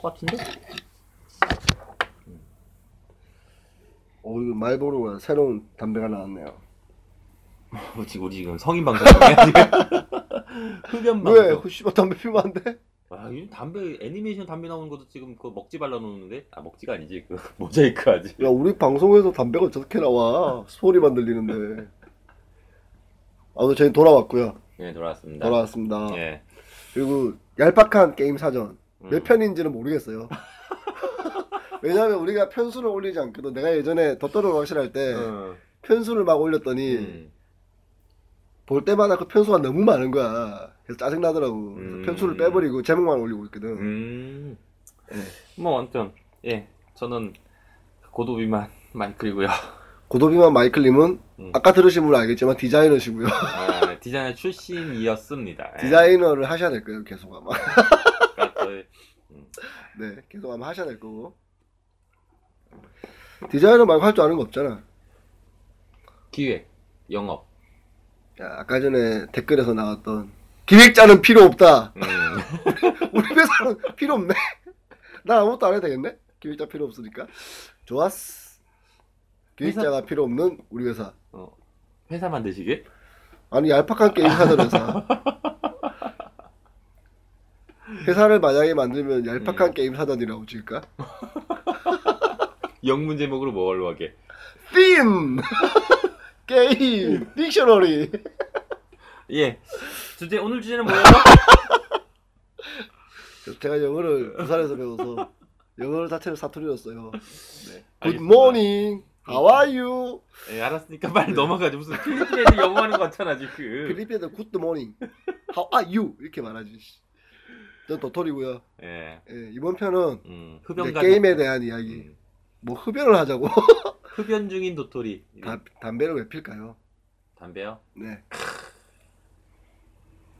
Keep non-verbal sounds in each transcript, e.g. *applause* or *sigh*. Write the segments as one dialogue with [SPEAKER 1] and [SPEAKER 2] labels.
[SPEAKER 1] 것 같은데?
[SPEAKER 2] 오 어, 이거 말보로가 새로운 담배가 나왔네요.
[SPEAKER 3] 어, 지금 우리 지금 성인 방송이야 지금. *laughs* 흡연
[SPEAKER 2] 왜?
[SPEAKER 3] 방송.
[SPEAKER 2] 그 씨발 담배 피면 안 돼?
[SPEAKER 3] 아 요즘 담배 애니메이션 담배 나오는 것도 지금 그 먹지 발라놓는데 아 먹지가 아니지 그 *laughs* 모자이크 하지.
[SPEAKER 2] 야 우리 방송에서 담배가 저렇게 나와 소리만 들리는데. 아무튼 저희 돌아왔고요.
[SPEAKER 3] 네 돌아왔습니다.
[SPEAKER 2] 돌아왔습니다.
[SPEAKER 3] 예.
[SPEAKER 2] 그리고 얄팍한 게임 사전
[SPEAKER 3] 음.
[SPEAKER 2] 몇 편인지는 모르겠어요. *laughs* 왜냐하면 우리가 편수를 올리지 않거든. 내가 예전에 덧더러 확실할 때
[SPEAKER 3] 음.
[SPEAKER 2] 편수를 막 올렸더니
[SPEAKER 3] 음.
[SPEAKER 2] 볼 때마다 그 편수가 너무 많은 거야. 그래서 짜증 나더라고.
[SPEAKER 3] 음.
[SPEAKER 2] 편수를 빼버리고 제목만 올리고 있거든.
[SPEAKER 3] 음. 뭐 아무튼 예 저는 고도 비만 *laughs* 많이 그리고요.
[SPEAKER 2] 고도비만 마이클님은
[SPEAKER 3] 음.
[SPEAKER 2] 아까 들으신 분은 알겠지만 디자이너시고요.
[SPEAKER 3] 아, 디자이너 출신이었습니다. 예.
[SPEAKER 2] *laughs* 디자이너를 하셔야 될 거예요. 계속 아마.
[SPEAKER 3] 그러니까 저희- 음.
[SPEAKER 2] 네, 계속 아마 하셔야 될 거고. 디자이너 말고 할 줄 아는 거 없잖아.
[SPEAKER 3] 기획, 영업.
[SPEAKER 2] 야, 아까 전에 댓글에서 나왔던 기획자는 필요 없다.
[SPEAKER 3] *laughs*
[SPEAKER 2] *laughs*
[SPEAKER 3] 음.
[SPEAKER 2] 우리 회사는 필요 없네. *laughs* 나 아무것도 안 해도 되겠네. 기획자 필요 없으니까. 좋았어. 기획자가 필요 없는 우리 회사.
[SPEAKER 3] 어, 회사 만드시게?
[SPEAKER 2] 아니 얄팍한 게임 하던 회사. 회사를 만약에 만들면 얄팍한
[SPEAKER 3] 음.
[SPEAKER 2] 게임 사단이라고 지을까?
[SPEAKER 3] 영문 제목으로 뭘로 하게?
[SPEAKER 2] 핀! *laughs* 게임! 딕셔너리!
[SPEAKER 3] 예. 주제 오늘 주제는
[SPEAKER 2] *laughs*
[SPEAKER 3] 뭐예요? 네,
[SPEAKER 2] 제가 영어를 부산에서 배워서 영어 자체를 사투리였어요. Good
[SPEAKER 3] 알겠습니다.
[SPEAKER 2] morning! 네. How are you?
[SPEAKER 3] 예, 알았으니까 빨리 넘어가죠. 무슨 필리핀 애들 영어 하는 것 같잖아 지금.
[SPEAKER 2] 필리핀에서 Good morning! How are you? 이렇게 말하지. 전 도토리고요.
[SPEAKER 3] 예.
[SPEAKER 2] 예, 이번 편은
[SPEAKER 3] 음,
[SPEAKER 2] 이제
[SPEAKER 3] 흡연가
[SPEAKER 2] 게임에 대한 이야기.
[SPEAKER 3] 음,
[SPEAKER 2] 뭐 흡연을 하자고. *laughs*
[SPEAKER 3] 흡연 중인 도토리.
[SPEAKER 2] 다- 담배를 왜 필까요?
[SPEAKER 3] 담배요?
[SPEAKER 2] 네.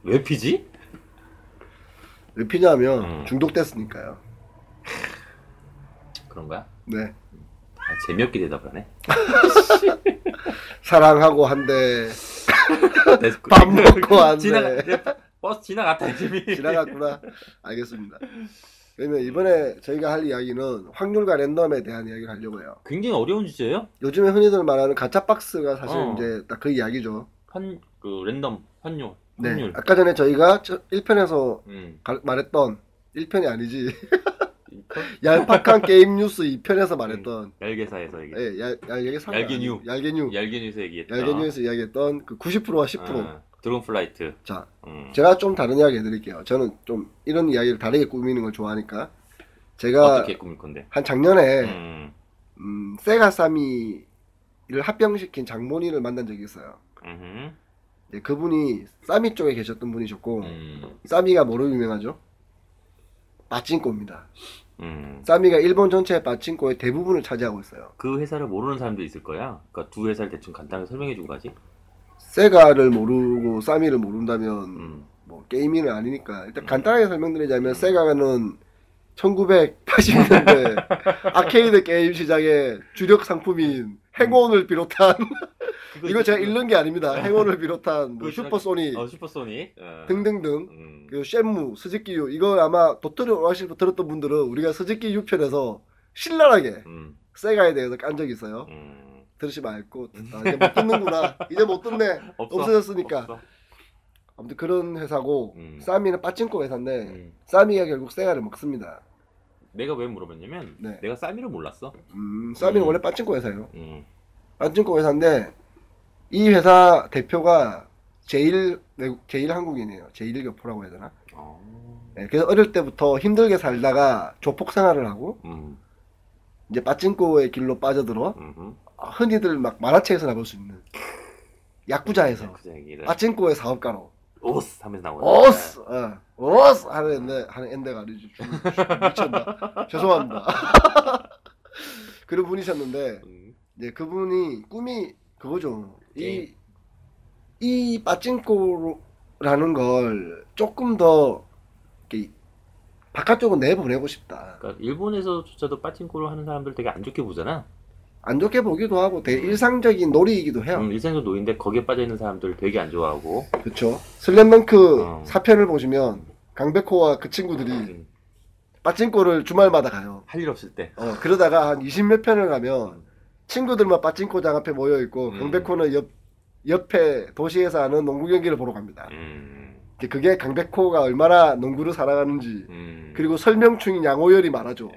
[SPEAKER 3] 왜 피지?
[SPEAKER 2] 왜 피냐면
[SPEAKER 3] 음.
[SPEAKER 2] 중독됐으니까요.
[SPEAKER 3] 그런 거야?
[SPEAKER 2] 네.
[SPEAKER 3] 아, 재미없게 대답을
[SPEAKER 2] *laughs*
[SPEAKER 3] 하네.
[SPEAKER 2] 사랑하고 한데
[SPEAKER 3] 밥 *laughs*
[SPEAKER 2] 먹고 안 돼.
[SPEAKER 3] 버스 지나갔다 이미.
[SPEAKER 2] 지나갔구나. 알겠습니다. 그러면 이번에 저희가 할 이야기는 확률과 랜덤에 대한 이야기를 하려고 해요.
[SPEAKER 3] *laughs* 굉장히 어려운 주제예요.
[SPEAKER 2] 요즘에 흔히들 말하는 가짜 박스가 사실
[SPEAKER 3] 어.
[SPEAKER 2] 이제 딱 그 이야기죠.
[SPEAKER 3] 환그 랜덤 환율
[SPEAKER 2] 네.
[SPEAKER 3] 환율.
[SPEAKER 2] 아까 전에 저희가 1편에서
[SPEAKER 3] 음.
[SPEAKER 2] 말했던 1편이 아니지. *laughs*
[SPEAKER 3] 이거?
[SPEAKER 2] 얄팍한 게임 뉴스 2편에서 말했던
[SPEAKER 3] 얄개사에서 얘기.
[SPEAKER 2] 예, 얄, 얄개 사
[SPEAKER 3] 음. 얄개뉴.
[SPEAKER 2] 얄개뉴.
[SPEAKER 3] 얄개뉴에서 얘기했죠.
[SPEAKER 2] 예. 얄개뉴에서 이야기했던 그 90%와 10%.
[SPEAKER 3] 아, 드론플라이트.
[SPEAKER 2] 자,
[SPEAKER 3] 음.
[SPEAKER 2] 제가 좀 다른 이야기 해드릴게요. 저는 좀 이런 이야기를 다르게 꾸미는 걸 좋아하니까 제가
[SPEAKER 3] 어떻게 꾸밀 건데?
[SPEAKER 2] 한 작년에
[SPEAKER 3] 음.
[SPEAKER 2] 음, 세가 사미를 합병시킨 장본인을 만난 적이 있어요.
[SPEAKER 3] 음흠.
[SPEAKER 2] 네, 그분이 사미 쪽에 계셨던 분이셨고
[SPEAKER 3] 음.
[SPEAKER 2] 사미가 뭐로 유명하죠? 빠친코입니다.
[SPEAKER 3] 음.
[SPEAKER 2] 사미가 일본 전체의 빠친코의 대부분을 차지하고 있어요.
[SPEAKER 3] 그 회사를 모르는 사람도 있을 거야. 그러니까 두 회사를 대충 간단하게 설명해 주고 가지.
[SPEAKER 2] 세가를 모르고 사미를 모른다면
[SPEAKER 3] 음.
[SPEAKER 2] 뭐 게임인은 아니니까 일단
[SPEAKER 3] 음.
[SPEAKER 2] 간단하게 설명드리자면
[SPEAKER 3] 음.
[SPEAKER 2] 세가는
[SPEAKER 3] *laughs*
[SPEAKER 2] 1980년대 아케이드 게임 시장의 주력
[SPEAKER 3] 음.
[SPEAKER 2] 상품인 행운을 비롯한
[SPEAKER 3] 그거
[SPEAKER 2] 이거 제가
[SPEAKER 3] 있지.
[SPEAKER 2] 읽는 게 아닙니다. 행운을 비롯한 뭐
[SPEAKER 3] 음. 그거 있지.
[SPEAKER 2] 슈퍼소니
[SPEAKER 3] 어, 슈퍼소닉. 어.
[SPEAKER 2] 등등등
[SPEAKER 3] 음.
[SPEAKER 2] 그리고 셰무, 스즈키유 이거 아마 도토리 오라시부 들었던 분들은 우리가 스즈키 유 편에서 신랄하게
[SPEAKER 3] 음.
[SPEAKER 2] 세가에 대해서 깐 적이 있어요.
[SPEAKER 3] 음.
[SPEAKER 2] 들으시면 알고 아, 이제
[SPEAKER 3] *laughs*
[SPEAKER 2] 못 듣는구나. 이제 못 듣네.
[SPEAKER 3] 없어.
[SPEAKER 2] 없어졌으니까.
[SPEAKER 3] 없어.
[SPEAKER 2] 아무튼 그런 회사고
[SPEAKER 3] 음.
[SPEAKER 2] 싸미는 빠친코 회사인데
[SPEAKER 3] 음.
[SPEAKER 2] 싸미가 결국 세가를 먹습니다.
[SPEAKER 3] 내가 왜 물어봤냐면
[SPEAKER 2] 네.
[SPEAKER 3] 내가 싸미를 몰랐어.
[SPEAKER 2] 음, 싸미는
[SPEAKER 3] 음.
[SPEAKER 2] 원래 빠친코 회사예요.
[SPEAKER 3] 음.
[SPEAKER 2] 빠친코 회사인데 이 회사 대표가 제일 외국- 제일 한국인이에요. 제일 교포라고 해야 되나?
[SPEAKER 3] 어.
[SPEAKER 2] 네, 그래서 어릴 때부터 힘들게 살다가 조폭 생활을 하고
[SPEAKER 3] 음.
[SPEAKER 2] 이제 빠친코의 길로 빠져들어
[SPEAKER 3] 음흠.
[SPEAKER 2] 흔히들 막 만화책에서나 볼 수 있는 야쿠자에서
[SPEAKER 3] 그 얘기를
[SPEAKER 2] 빠친코의 사업가로
[SPEAKER 3] 오스 하면서 나오는
[SPEAKER 2] 오스 어, 오스 하는 앤데 하는 앤데가 아니지 주- 주- 미쳤나 *laughs* 죄송합니다 그런 분이셨는데
[SPEAKER 3] 음.
[SPEAKER 2] 이제 네, 그분이 꿈이 그거죠
[SPEAKER 3] 게임.
[SPEAKER 2] 이이 빠친코라는 걸 조금 더 이렇게 바깥쪽은 내보내고 싶다
[SPEAKER 3] 그러니까 일본에서조차도 빠친코를 하는 사람들 되게 안 좋게 보잖아.
[SPEAKER 2] 안 좋게 보기도 하고 되게 일상적인 놀이이기도 해요
[SPEAKER 3] 음, 일생적 노인데 거기에 빠져 있는 사람들 되게 안 좋아하고.
[SPEAKER 2] 그렇죠 슬램덩크
[SPEAKER 3] 음.
[SPEAKER 2] 사편을 보시면 강백호와 그 친구들이
[SPEAKER 3] 음.
[SPEAKER 2] 빠찡코를 주말마다 가요.
[SPEAKER 3] 할 일 없을 때.
[SPEAKER 2] 어, 그러다가 한 20몇 편을 가면 친구들만 빠찡코장 앞에 모여 있고
[SPEAKER 3] 음.
[SPEAKER 2] 강백호는 옆 옆에 도시에서 하는 농구 경기를 보러 갑니다.
[SPEAKER 3] 음,
[SPEAKER 2] 근데 그게 강백호가 얼마나 농구를 사랑하는지
[SPEAKER 3] 음.
[SPEAKER 2] 그리고 설명충인 양호열이 말하죠.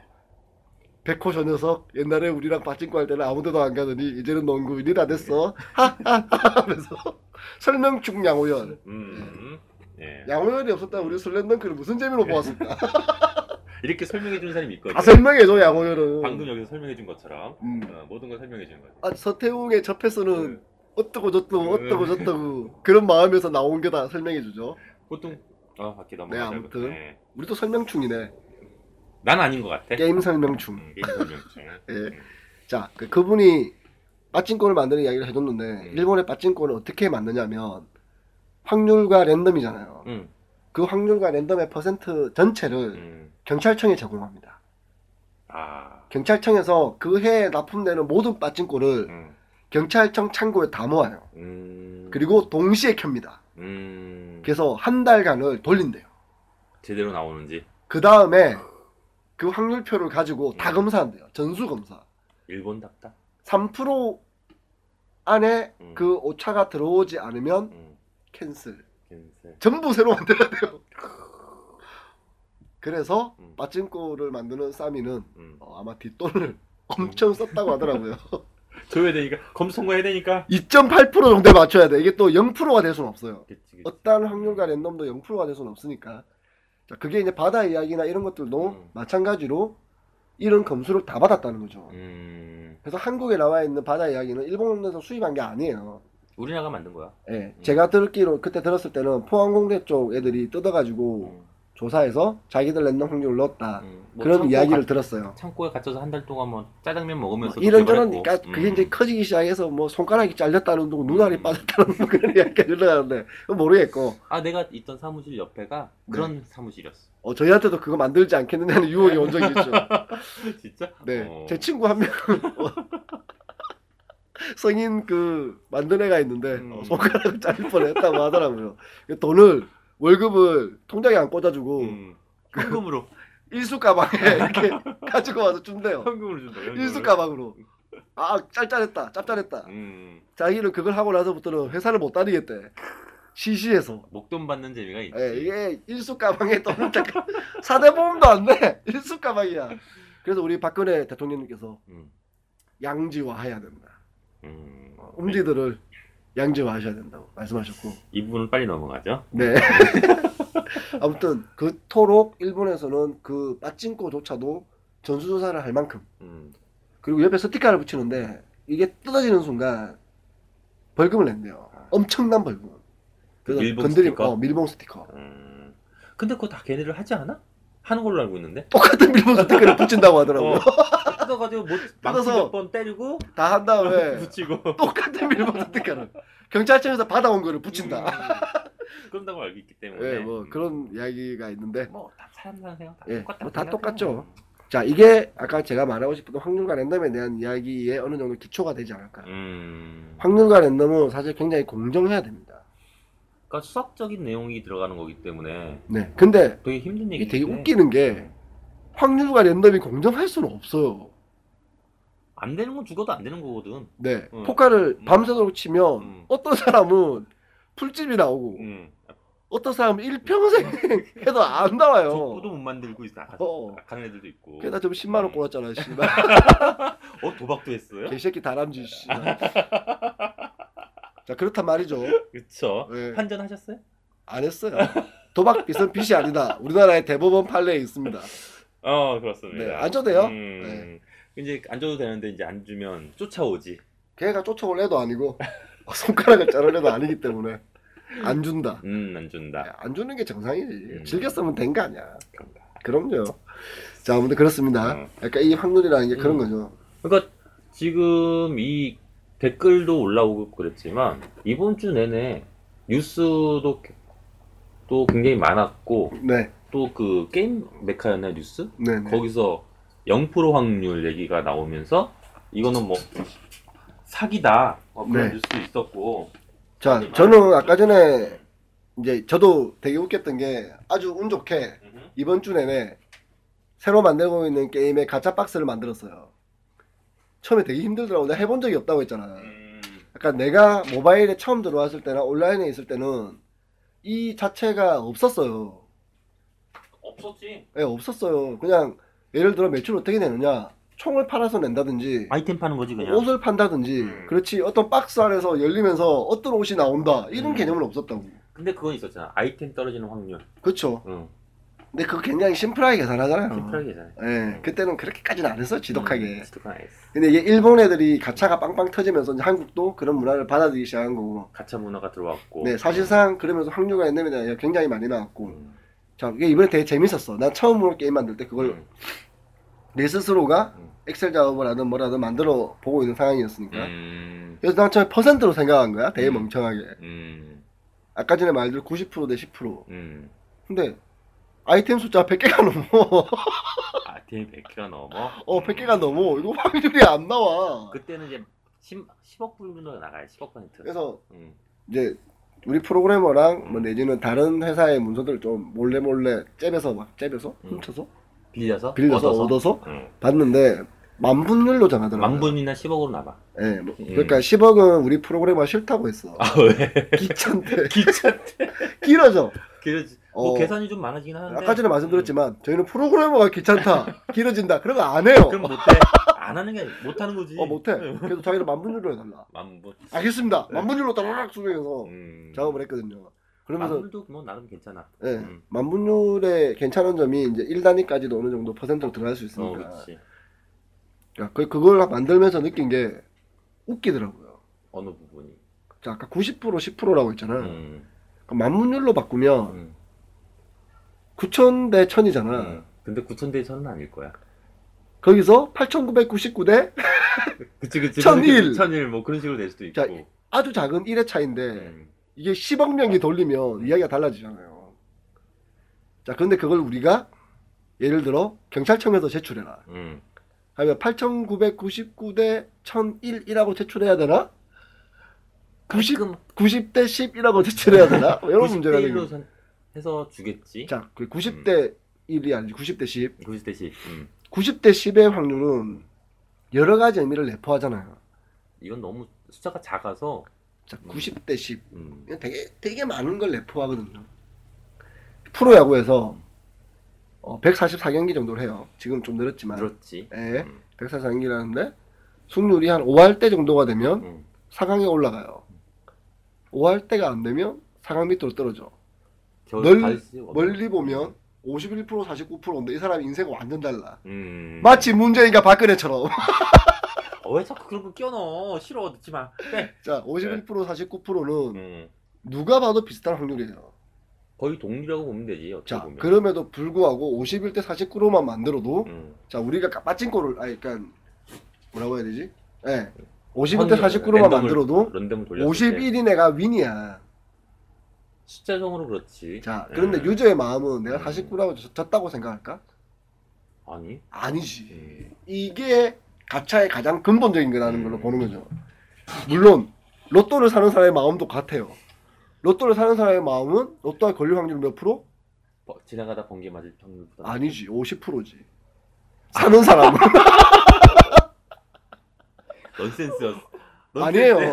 [SPEAKER 2] 백호 저 녀석 옛날에 우리랑 빠찡코 할 때는 아무데도 안 가더니 이제는 농구인이 다 됐어. 하하하 하면서 *laughs* 설명충 양호열.
[SPEAKER 3] 음, 예.
[SPEAKER 2] 양호열이 없었다 우리 슬램덩크를 무슨 재미로 보았을까?
[SPEAKER 3] 이렇게 설명해 준 사람이 있거든요.
[SPEAKER 2] 다 설명해줘 양호열은.
[SPEAKER 3] 방금 여기서 설명해 준 것처럼
[SPEAKER 2] 음.
[SPEAKER 3] 어, 모든 걸 설명해 주는 거죠.
[SPEAKER 2] 아 서태웅의 첫 패스는
[SPEAKER 3] 음.
[SPEAKER 2] 어떠고 저떠고
[SPEAKER 3] 음.
[SPEAKER 2] 어떠고 저떠고 그런 마음에서 나온 게 다 설명해주죠.
[SPEAKER 3] 보통 아 밖에 넘어.
[SPEAKER 2] 네, 아무튼. 우리도 설명충이네.
[SPEAKER 3] 난 아닌 것 같아.
[SPEAKER 2] 게임 설명충.
[SPEAKER 3] 음, 게임 설명충.
[SPEAKER 2] 예. 자, 그, 그분이 빠찡코를 만드는 이야기를 해줬는데
[SPEAKER 3] 음.
[SPEAKER 2] 일본의 빠찡코를 어떻게 만드냐면 확률과 랜덤이잖아요.
[SPEAKER 3] 음,
[SPEAKER 2] 그 확률과 랜덤의 퍼센트 전체를
[SPEAKER 3] 음.
[SPEAKER 2] 경찰청에 제공합니다.
[SPEAKER 3] 아,
[SPEAKER 2] 경찰청에서 그 해에 납품되는 모든 빠찡코를
[SPEAKER 3] 음,
[SPEAKER 2] 경찰청 창고에 다 모아요.
[SPEAKER 3] 음,
[SPEAKER 2] 그리고 동시에 켭니다.
[SPEAKER 3] 음,
[SPEAKER 2] 그래서 한 달간을 돌린대요.
[SPEAKER 3] 제대로 나오는지
[SPEAKER 2] 그 다음에 그 확률표를 가지고
[SPEAKER 3] 음.
[SPEAKER 2] 다 검사한대요. 전수 검사.
[SPEAKER 3] 일본답다.
[SPEAKER 2] 3% 안에
[SPEAKER 3] 음.
[SPEAKER 2] 그 오차가 들어오지 않으면
[SPEAKER 3] 음,
[SPEAKER 2] 캔슬.
[SPEAKER 3] 괜찮.
[SPEAKER 2] 전부 새로
[SPEAKER 3] *laughs*
[SPEAKER 2] 만들어야 돼요. 그래서
[SPEAKER 3] 음.
[SPEAKER 2] 빠찡코를 만드는 싸미는
[SPEAKER 3] 음.
[SPEAKER 2] 어, 아마 뒷돈을 엄청
[SPEAKER 3] *laughs*
[SPEAKER 2] 썼다고 하더라고요.
[SPEAKER 3] 줘야 되니까 검 통과해야 되니까.
[SPEAKER 2] 2.8% 정도에 맞춰야 돼. 이게 또 0%가 될 수는 없어요.
[SPEAKER 3] 그치, 그치.
[SPEAKER 2] 어떤 확률과 랜덤도 0%가 될 수는 없으니까. 자, 그게 이제 바다 이야기나 이런 것들도
[SPEAKER 3] 음.
[SPEAKER 2] 마찬가지로 이런 검수를 다 받았다는 거죠.
[SPEAKER 3] 음,
[SPEAKER 2] 그래서 한국에 나와 있는 바다 이야기는 일본에서 수입한 게 아니에요.
[SPEAKER 3] 우리나라가 만든 거야. 음.
[SPEAKER 2] 예, 제가 들기로 그때 들었을 때는 포항공대 쪽 애들이 뜯어가지고
[SPEAKER 3] 음,
[SPEAKER 2] 조사해서 자기들 랜덤 확률을 넣었다
[SPEAKER 3] 음. 뭐
[SPEAKER 2] 그런
[SPEAKER 3] 창고
[SPEAKER 2] 이야기를 들었어요.
[SPEAKER 3] 가- 창고에 갇혀서 한 달 동안 뭐 짜장면
[SPEAKER 2] 뭐
[SPEAKER 3] 먹으면서
[SPEAKER 2] 이런저런
[SPEAKER 3] 개발했고.
[SPEAKER 2] 그러니까 그게
[SPEAKER 3] 음.
[SPEAKER 2] 이제 커지기 시작해서 뭐 손가락이 잘렸다는 둥 눈알이
[SPEAKER 3] 음.
[SPEAKER 2] 빠졌다는 둥 그런 이야기가 흘러가는데 그건 모르겠고
[SPEAKER 3] 아 내가 있던 사무실 옆에가
[SPEAKER 2] 네.
[SPEAKER 3] 그런
[SPEAKER 2] *laughs*
[SPEAKER 3] 사무실이었어.
[SPEAKER 2] 어, 저희한테도 그거 만들지 않겠느냐는 유혹이 온 적이 있죠.
[SPEAKER 3] 진짜?
[SPEAKER 2] 네,
[SPEAKER 3] 어.
[SPEAKER 2] 제 친구 한 명. *laughs* 성인 그 만든 애가 있는데
[SPEAKER 3] 음.
[SPEAKER 2] 어, 손가락을 잘릴 뻔했다고 하더라고요. 그 돈을 월급을 통장에 안 꽂아주고
[SPEAKER 3] 음.
[SPEAKER 2] *laughs*
[SPEAKER 3] 현금으로
[SPEAKER 2] 일수 가방에 *laughs* 이렇게 가지고 와서 준대요.
[SPEAKER 3] 현금으로 준다. 현금으로.
[SPEAKER 2] 일수 가방으로. 아 짤짤했다, 짭짤했다.
[SPEAKER 3] 음.
[SPEAKER 2] 자기는 그걸 하고 나서부터는 회사를 못 다니겠대. 시시해서.
[SPEAKER 3] 목돈 받는 재미가 있지.
[SPEAKER 2] 예, 이게 일수 가방에 돈을 딱 *laughs* 사대보험도 안 돼. 일수 가방이야. 그래서 우리 박근혜 대통령님께서
[SPEAKER 3] 음.
[SPEAKER 2] 양지화해야 된다.
[SPEAKER 3] 음.
[SPEAKER 2] 음지들을 양지화하셔야 된다고 말씀하셨고
[SPEAKER 3] 이 부분은 빨리 넘어가죠.
[SPEAKER 2] 네 *laughs* 아무튼 그토록 일본에서는 그 빠찡코조차도 전수조사를 할 만큼
[SPEAKER 3] 음.
[SPEAKER 2] 그리고 옆에 스티커를 붙이는데 이게 뜯어지는 순간 벌금을 낸대요 엄청난 벌금 그래서
[SPEAKER 3] 아. 밀봉
[SPEAKER 2] 건드리
[SPEAKER 3] 스티커?
[SPEAKER 2] 어, 밀봉 스티커
[SPEAKER 3] 음. 근데 그거 다 걔네들 하지 않아? 하는 걸로 알고 있는데. 어.
[SPEAKER 2] 똑같은 밀봉 스티커를 붙인다고 하더라고요
[SPEAKER 3] *laughs* 뜯어가지고 못
[SPEAKER 2] 뜯어서- 아, 네.
[SPEAKER 3] 뜯어서 몇번 때리고
[SPEAKER 2] 다 한 다음에
[SPEAKER 3] *laughs* 붙이고
[SPEAKER 2] *laughs* 똑같은 밀봉 스티커를 경찰청에서 받아온 거를 붙인다
[SPEAKER 3] 음. 네. 그런다고 알고 있기 때문에. 음.
[SPEAKER 2] 예, 뭐 그런 이야기가 있는데
[SPEAKER 3] 뭐다 사람 사는 생각 다
[SPEAKER 2] 예,
[SPEAKER 3] 똑같다.
[SPEAKER 2] 뭐다
[SPEAKER 3] 생각해요.
[SPEAKER 2] 똑같죠. 자, 이게 아까 제가 말하고 싶었던 확률과 랜덤에 대한 이야기에 어느 정도 기초가 되지 않을까.
[SPEAKER 3] 음.
[SPEAKER 2] 확률과 랜덤은 사실 굉장히 공정해야 됩니다.
[SPEAKER 3] 그러니까 수학적인 내용이 들어가는 거기 때문에
[SPEAKER 2] 네. 근데
[SPEAKER 3] 되게 힘든
[SPEAKER 2] 이게
[SPEAKER 3] 얘기.
[SPEAKER 2] 되게 웃기는 게 확률과 랜덤이 공정할 수는 없어요.
[SPEAKER 3] 안 되는 건 죽어도 안 되는 거거든.
[SPEAKER 2] 네.
[SPEAKER 3] 음.
[SPEAKER 2] 포카를
[SPEAKER 3] 음.
[SPEAKER 2] 밤새도록 치면
[SPEAKER 3] 음.
[SPEAKER 2] 어떤 사람은 풀집이 나오고
[SPEAKER 3] 음.
[SPEAKER 2] 어떤 사람은 일평생 *laughs* 해도 안 나와요.
[SPEAKER 3] 족보도 음. 못 만들고 어. 있어. 아,
[SPEAKER 2] 어.
[SPEAKER 3] 악한 애들도 있고.
[SPEAKER 2] 게다 좀 10만 원 꼬랐잖아, 씨발.
[SPEAKER 3] *laughs* 어 도박도 했어요?
[SPEAKER 2] 개새끼 다람쥐
[SPEAKER 3] *laughs*
[SPEAKER 2] 씨. 자 그렇단 말이죠.
[SPEAKER 3] 그쵸.
[SPEAKER 2] 예.
[SPEAKER 3] 환전 하셨어요?
[SPEAKER 2] 안 했어요. 도박 빚은 빚이 아니다. 우리나라의 대법원 판례에 있습니다.
[SPEAKER 3] 어 그렇습니다.
[SPEAKER 2] 네, 안 줘도 돼요?
[SPEAKER 3] 음, 이제 안 줘도 되는데 이제 안 주면 쫓아오지.
[SPEAKER 2] 걔가 쫓아올 애도 아니고 *laughs* 손가락을 자를 애도 아니기 때문에 안 준다.
[SPEAKER 3] 음안 준다.
[SPEAKER 2] 안 주는 게 정상이지.
[SPEAKER 3] 음.
[SPEAKER 2] 즐겼으면 된 거 아니야.
[SPEAKER 3] 그런가.
[SPEAKER 2] 그럼요. 자, 아무튼 그렇습니다.
[SPEAKER 3] 음.
[SPEAKER 2] 약간 이 확률이라는 게 그런
[SPEAKER 3] 음.
[SPEAKER 2] 거죠.
[SPEAKER 3] 그러니까 지금 이 댓글도 올라오고 그랬지만 이번 주 내내 뉴스도 또 굉장히 많았고
[SPEAKER 2] 네,
[SPEAKER 3] 또 그 게임 메카였나 뉴스?
[SPEAKER 2] 네, 네.
[SPEAKER 3] 거기서 0% 확률 얘기가 나오면서 이거는 뭐 사기다 어, 그런
[SPEAKER 2] 네.
[SPEAKER 3] 뉴스도 있었고
[SPEAKER 2] 자, 저는 아까 전에 이제 저도 되게 웃겼던 게 아주 운 좋게 이번 주 내내 새로 만들고 있는 게임에 가짜 박스를 만들었어요. 처음에 되게 힘들더라고. 내가 해본 적이 없다고 했잖아.
[SPEAKER 3] 음.
[SPEAKER 2] 약간 내가 모바일에 처음 들어왔을 때나 온라인에 있을 때는 이 자체가 없었어요.
[SPEAKER 3] 없었지.
[SPEAKER 2] 예, 없었어요. 그냥 예를 들어 매출 어떻게 내느냐? 총을 팔아서 낸다든지
[SPEAKER 1] 아이템 파는 거지 그냥.
[SPEAKER 2] 옷을 판다든지
[SPEAKER 3] 음.
[SPEAKER 2] 그렇지 어떤 박스 안에서 열리면서 어떤 옷이 나온다 이런
[SPEAKER 3] 음.
[SPEAKER 2] 개념은 없었다고.
[SPEAKER 3] 근데 그건 있었잖아. 아이템 떨어지는 확률.
[SPEAKER 2] 그렇죠.
[SPEAKER 3] 응.
[SPEAKER 2] 근데 그거 굉장히 심플하게 계산하잖아요.
[SPEAKER 3] 심플하게 계산해.
[SPEAKER 2] 예, 그때는 그렇게까지는 안 했어 지독하게.
[SPEAKER 3] 음, 지독하게 했어.
[SPEAKER 2] 근데 이게 일본 애들이 가차가 빵빵 터지면서 이제 한국도 그런 문화를 받아들이기 시작한 거고.
[SPEAKER 3] 가차 문화가 들어왔고.
[SPEAKER 2] 네, 사실상 그러면서 확률과 엔데미 대가 굉장히 많이 나왔고.
[SPEAKER 3] 음.
[SPEAKER 2] 자, 이게 이번에 되게 재밌었어. 난 처음으로 게임 만들 때 그걸
[SPEAKER 3] 음.
[SPEAKER 2] 내 스스로가
[SPEAKER 3] 음.
[SPEAKER 2] 엑셀 작업을 하든 뭐라든 만들어 보고 있는 상황이었으니까.
[SPEAKER 3] 음.
[SPEAKER 2] 그래서 난 처음에 퍼센트로 생각한 거야. 되게
[SPEAKER 3] 음.
[SPEAKER 2] 멍청하게.
[SPEAKER 3] 음.
[SPEAKER 2] 아까 전에 말대로 90%대 10%.
[SPEAKER 3] 음.
[SPEAKER 2] 근데 아이템 숫자 100개가 넘어. *laughs*
[SPEAKER 3] 아이템 100개가 넘어.
[SPEAKER 2] 어, 100개가 넘어. 이거 확률이 안 나와.
[SPEAKER 3] 그때는 이제 10, 10억 불분으로 나가요. 10억 퍼센트.
[SPEAKER 2] 그래서
[SPEAKER 3] 음.
[SPEAKER 2] 이제 우리 프로그래머랑 뭐 내지는 다른 회사의 문서들 좀 몰래 몰래 잽에서 막 잽에서
[SPEAKER 3] 음.
[SPEAKER 2] 훔쳐서
[SPEAKER 3] 빌려서.
[SPEAKER 2] 빌려서
[SPEAKER 3] 얻어서.
[SPEAKER 2] 얻어서,
[SPEAKER 3] 응.
[SPEAKER 2] 봤는데 만분율로 정하더라고요.
[SPEAKER 3] 만분이나 10억으로 남아.
[SPEAKER 2] 예, 뭐,
[SPEAKER 3] 음.
[SPEAKER 2] 그러니까 10억은 우리 프로그래머 싫다고 했어.
[SPEAKER 3] 아 왜? *laughs*
[SPEAKER 2] 귀찮대,
[SPEAKER 3] 기차.
[SPEAKER 2] 길어져.
[SPEAKER 3] 그래서
[SPEAKER 2] 어,
[SPEAKER 3] 뭐 계산이 좀 많아지긴 하는데.
[SPEAKER 2] 아까 전에 말씀드렸지만 저희는 프로그래머가 귀찮다, 길어진다. 그런 거 안 해요.
[SPEAKER 3] 그럼 음. 못해. 안 하는 게 아니고 못 하는 거지.
[SPEAKER 2] 어 못해. 그래서 자기는 만분율로 해달라.
[SPEAKER 3] 만분.
[SPEAKER 2] 알겠습니다.
[SPEAKER 3] 네.
[SPEAKER 2] 만분율로 따라락 수정해서
[SPEAKER 3] 음.
[SPEAKER 2] 작업을 했거든요. 그러면서
[SPEAKER 3] 만분도 뭐 나름 괜찮아.
[SPEAKER 2] 예,
[SPEAKER 3] 음.
[SPEAKER 2] 만분율의 괜찮은 점이 이제 1단위까지도 어느 정도 퍼센트로 들어갈 수
[SPEAKER 3] 어
[SPEAKER 2] 있으니까.
[SPEAKER 3] 그렇지.
[SPEAKER 2] 야, 그, 그걸 만들면서 느낀 게 웃기더라고요.
[SPEAKER 3] 어느 부분이.
[SPEAKER 2] 자, 아까 90% 10%라고 했잖아.
[SPEAKER 3] 음.
[SPEAKER 2] 그 만문율로 바꾸면
[SPEAKER 3] 음.
[SPEAKER 2] 9,000 대 1,000이잖아.
[SPEAKER 3] 음. 근데 9천 대 천은 아닐 거야.
[SPEAKER 2] 거기서 8,999 대
[SPEAKER 3] 그치 그치.
[SPEAKER 2] 천일!
[SPEAKER 3] 천일 뭐 그런 식으로 될 수도 있고.
[SPEAKER 2] 자, 예. 아주 작은 1의 차인데
[SPEAKER 3] 음.
[SPEAKER 2] 이게 10억 명이 돌리면 이야기가 달라지잖아요. 자, 근데 그걸 우리가 예를 들어 경찰청에서 제출해라.
[SPEAKER 3] 음.
[SPEAKER 2] 하면 8,999 대 1,001이라고 제출해야 되나? 90, 90대 10이라고 제출해야 되나? 뭐
[SPEAKER 3] *laughs*
[SPEAKER 2] 이런 문제가 되는 거죠.
[SPEAKER 3] 그 90대 1로 음. 해서 주겠지.
[SPEAKER 2] 자, 그 90대 1이 아니지 90대 10.
[SPEAKER 3] 90대 10. 음.
[SPEAKER 2] 90대 10의 확률은 여러 가지 의미를 내포하잖아요.
[SPEAKER 3] 이건 너무 숫자가 작아서.
[SPEAKER 2] 자, 90대 10.
[SPEAKER 3] 음.
[SPEAKER 2] 이거 되게 되게 많은 걸 내포하거든요. 프로야구에서 어, 144경기 정도를 해요. 지금 좀 늘었지만.
[SPEAKER 3] 늘었지.
[SPEAKER 2] 예.
[SPEAKER 3] 음.
[SPEAKER 2] 144경기라는데 승률이 한 5할 때 정도가 되면
[SPEAKER 3] 음.
[SPEAKER 2] 4강에 올라가요. 5할 때가 안 되면 4강 밑으로 떨어져.
[SPEAKER 3] 겨울
[SPEAKER 2] 멀-
[SPEAKER 3] 갈수록
[SPEAKER 2] 멀리 보면 51% 49%인데 이 사람 인생 완전 달라.
[SPEAKER 3] 음.
[SPEAKER 2] 마치 문재인과 박근혜처럼.
[SPEAKER 3] 어, 왜 자꾸 그런 거 끼워 넣어? 싫어. 듣지 마. 빼.
[SPEAKER 2] *laughs* 자, 51% 49%는
[SPEAKER 3] 네. 음.
[SPEAKER 2] 누가 봐도 비슷한 확률이에요.
[SPEAKER 3] 거의 동률이라고 보면 되지. 어떻게
[SPEAKER 2] 자,
[SPEAKER 3] 보면.
[SPEAKER 2] 그럼에도 불구하고 51대 49로만 만들어도
[SPEAKER 3] 음.
[SPEAKER 2] 자, 우리가 빠진골을 아니 그러니까 뭐라고 해야 되지? 예.
[SPEAKER 3] 음.
[SPEAKER 2] 51대
[SPEAKER 3] 확률,
[SPEAKER 2] 49로만
[SPEAKER 3] 랜덤을-
[SPEAKER 2] 만들어도
[SPEAKER 3] 랜덤을 돌렸을 때
[SPEAKER 2] 51인 애가 윈이야.
[SPEAKER 3] 숫자적으로 그렇지.
[SPEAKER 2] 자, 그런데
[SPEAKER 3] 음.
[SPEAKER 2] 유저의 마음은 내가
[SPEAKER 3] 음.
[SPEAKER 2] 49라고 졌다고 생각할까?
[SPEAKER 3] 아니.
[SPEAKER 2] 아니지.
[SPEAKER 3] 음.
[SPEAKER 2] 이게 가차의 가장 근본적인 거라는 걸로
[SPEAKER 3] 음.
[SPEAKER 2] 보는 거죠. 물론 로또를 사는 사람의 마음도 같아요. 로또를 사는 사람의 마음은 로또가 걸릴 확률 몇 프로?
[SPEAKER 3] 버- 지나가다 번개 맞을 확률보다.
[SPEAKER 2] 아니지, 50%지. 사는 사람은
[SPEAKER 3] 넌센스였어. 넌센스. 네,
[SPEAKER 2] 아니에요.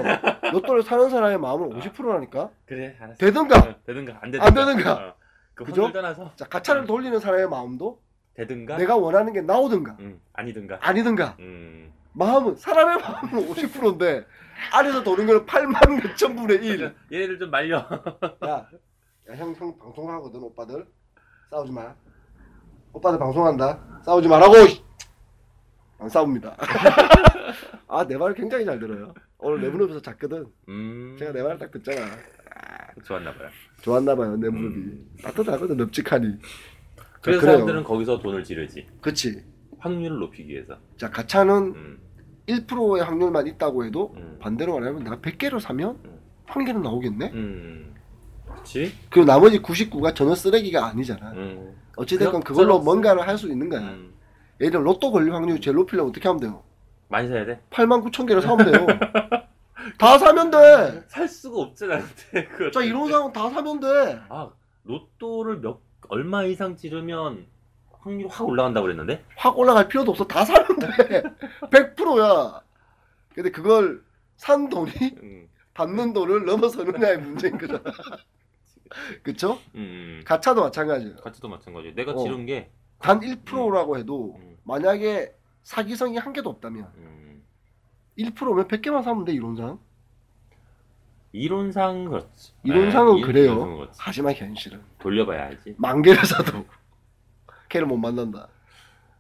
[SPEAKER 2] 로또를 사는 사람의 마음은 50%라니까
[SPEAKER 3] 그래. 알았어.
[SPEAKER 2] 되든가.
[SPEAKER 3] 어, 되든가 안 되든가.
[SPEAKER 2] 안 되든가.
[SPEAKER 3] 어. 그
[SPEAKER 2] 그죠?
[SPEAKER 3] 확률 떠나서
[SPEAKER 2] 자, 가차를 돌리는 사람의 마음도
[SPEAKER 3] 되든가.
[SPEAKER 2] 내가 원하는 게 나오든가
[SPEAKER 3] 음. 아니든가.
[SPEAKER 2] 아니든가
[SPEAKER 3] 음.
[SPEAKER 2] 마음은 사람의 마음은 50%인데 안에서 도는 거는 8만 몇천 분의 1.
[SPEAKER 3] 얘네들 좀 말려.
[SPEAKER 2] 야, 야 형, 형 방송하거든 오빠들 싸우지 마. 오빠들 방송한다. 싸우지 말라고. 이씨. 안 싸웁니다. *laughs* 아 내 말을 굉장히 잘 들어요. 오늘 내 무릎에서 잤거든.
[SPEAKER 3] 음.
[SPEAKER 2] 제가 내 말을 딱 듣잖아.
[SPEAKER 3] 좋았나 봐요.
[SPEAKER 2] 좋았나 봐요 내 무릎이.
[SPEAKER 3] 음.
[SPEAKER 2] 따뜻하거든 넓직하니. 자,
[SPEAKER 3] 그래서
[SPEAKER 2] 그래요.
[SPEAKER 3] 사람들은 거기서 돈을 지르지.
[SPEAKER 2] 그치.
[SPEAKER 3] 확률을 높이기 위해서.
[SPEAKER 2] 자 가차는
[SPEAKER 3] 음.
[SPEAKER 2] 1%의 확률만 있다고 해도
[SPEAKER 3] 음.
[SPEAKER 2] 반대로 말하면 내가 100개로 사면
[SPEAKER 3] 음.
[SPEAKER 2] 한 개는 나오겠네.
[SPEAKER 3] 음. 그렇지?
[SPEAKER 2] 그리고 나머지 99가 전혀 쓰레기가 아니잖아.
[SPEAKER 3] 음.
[SPEAKER 2] 어찌됐건
[SPEAKER 3] 그냥
[SPEAKER 2] 그걸로
[SPEAKER 3] 쩔었어.
[SPEAKER 2] 뭔가를 할 수 있는 거야.
[SPEAKER 3] 음.
[SPEAKER 2] 예를 들어 로또 걸릴 확률이 제일 높이려면 어떻게 하면 돼요?
[SPEAKER 3] 많이 사야 돼?
[SPEAKER 2] 8만 9천 개를 사면 돼요. 다 사면 돼.
[SPEAKER 3] 살 수가 없잖아. 근데 *laughs* 그거.
[SPEAKER 2] 자 이런 상황 다 사면 돼.
[SPEAKER 3] 아, 로또를 몇 얼마 이상 찌르면 확률이 확 올라간다고 그랬는데
[SPEAKER 2] 확 올라갈 필요도 없어. 다 *laughs* 사는데 100%야. 근데 그걸 산 돈이 *laughs*
[SPEAKER 3] 음,
[SPEAKER 2] 받는 돈을 넘어서느냐의 문제인 거잖아. *laughs* 그쵸?
[SPEAKER 3] 음,
[SPEAKER 2] 가차도 마찬가지예요.
[SPEAKER 3] 가치도 마찬가지 내가
[SPEAKER 2] 어.
[SPEAKER 3] 지른 게
[SPEAKER 2] 단 1%라고 해도
[SPEAKER 3] 음,
[SPEAKER 2] 만약에 사기성이 한 개도 없다면
[SPEAKER 3] 음,
[SPEAKER 2] 1%면 100개만 사면 돼 이론상.
[SPEAKER 3] 이론상 그렇지
[SPEAKER 2] 이론상은
[SPEAKER 3] 네,
[SPEAKER 2] 그래요.
[SPEAKER 3] 이론상은 그렇지.
[SPEAKER 2] 하지만 현실은
[SPEAKER 3] 돌려봐야 알지
[SPEAKER 2] 만 개를 사도 *laughs* 걔를 못 만난다.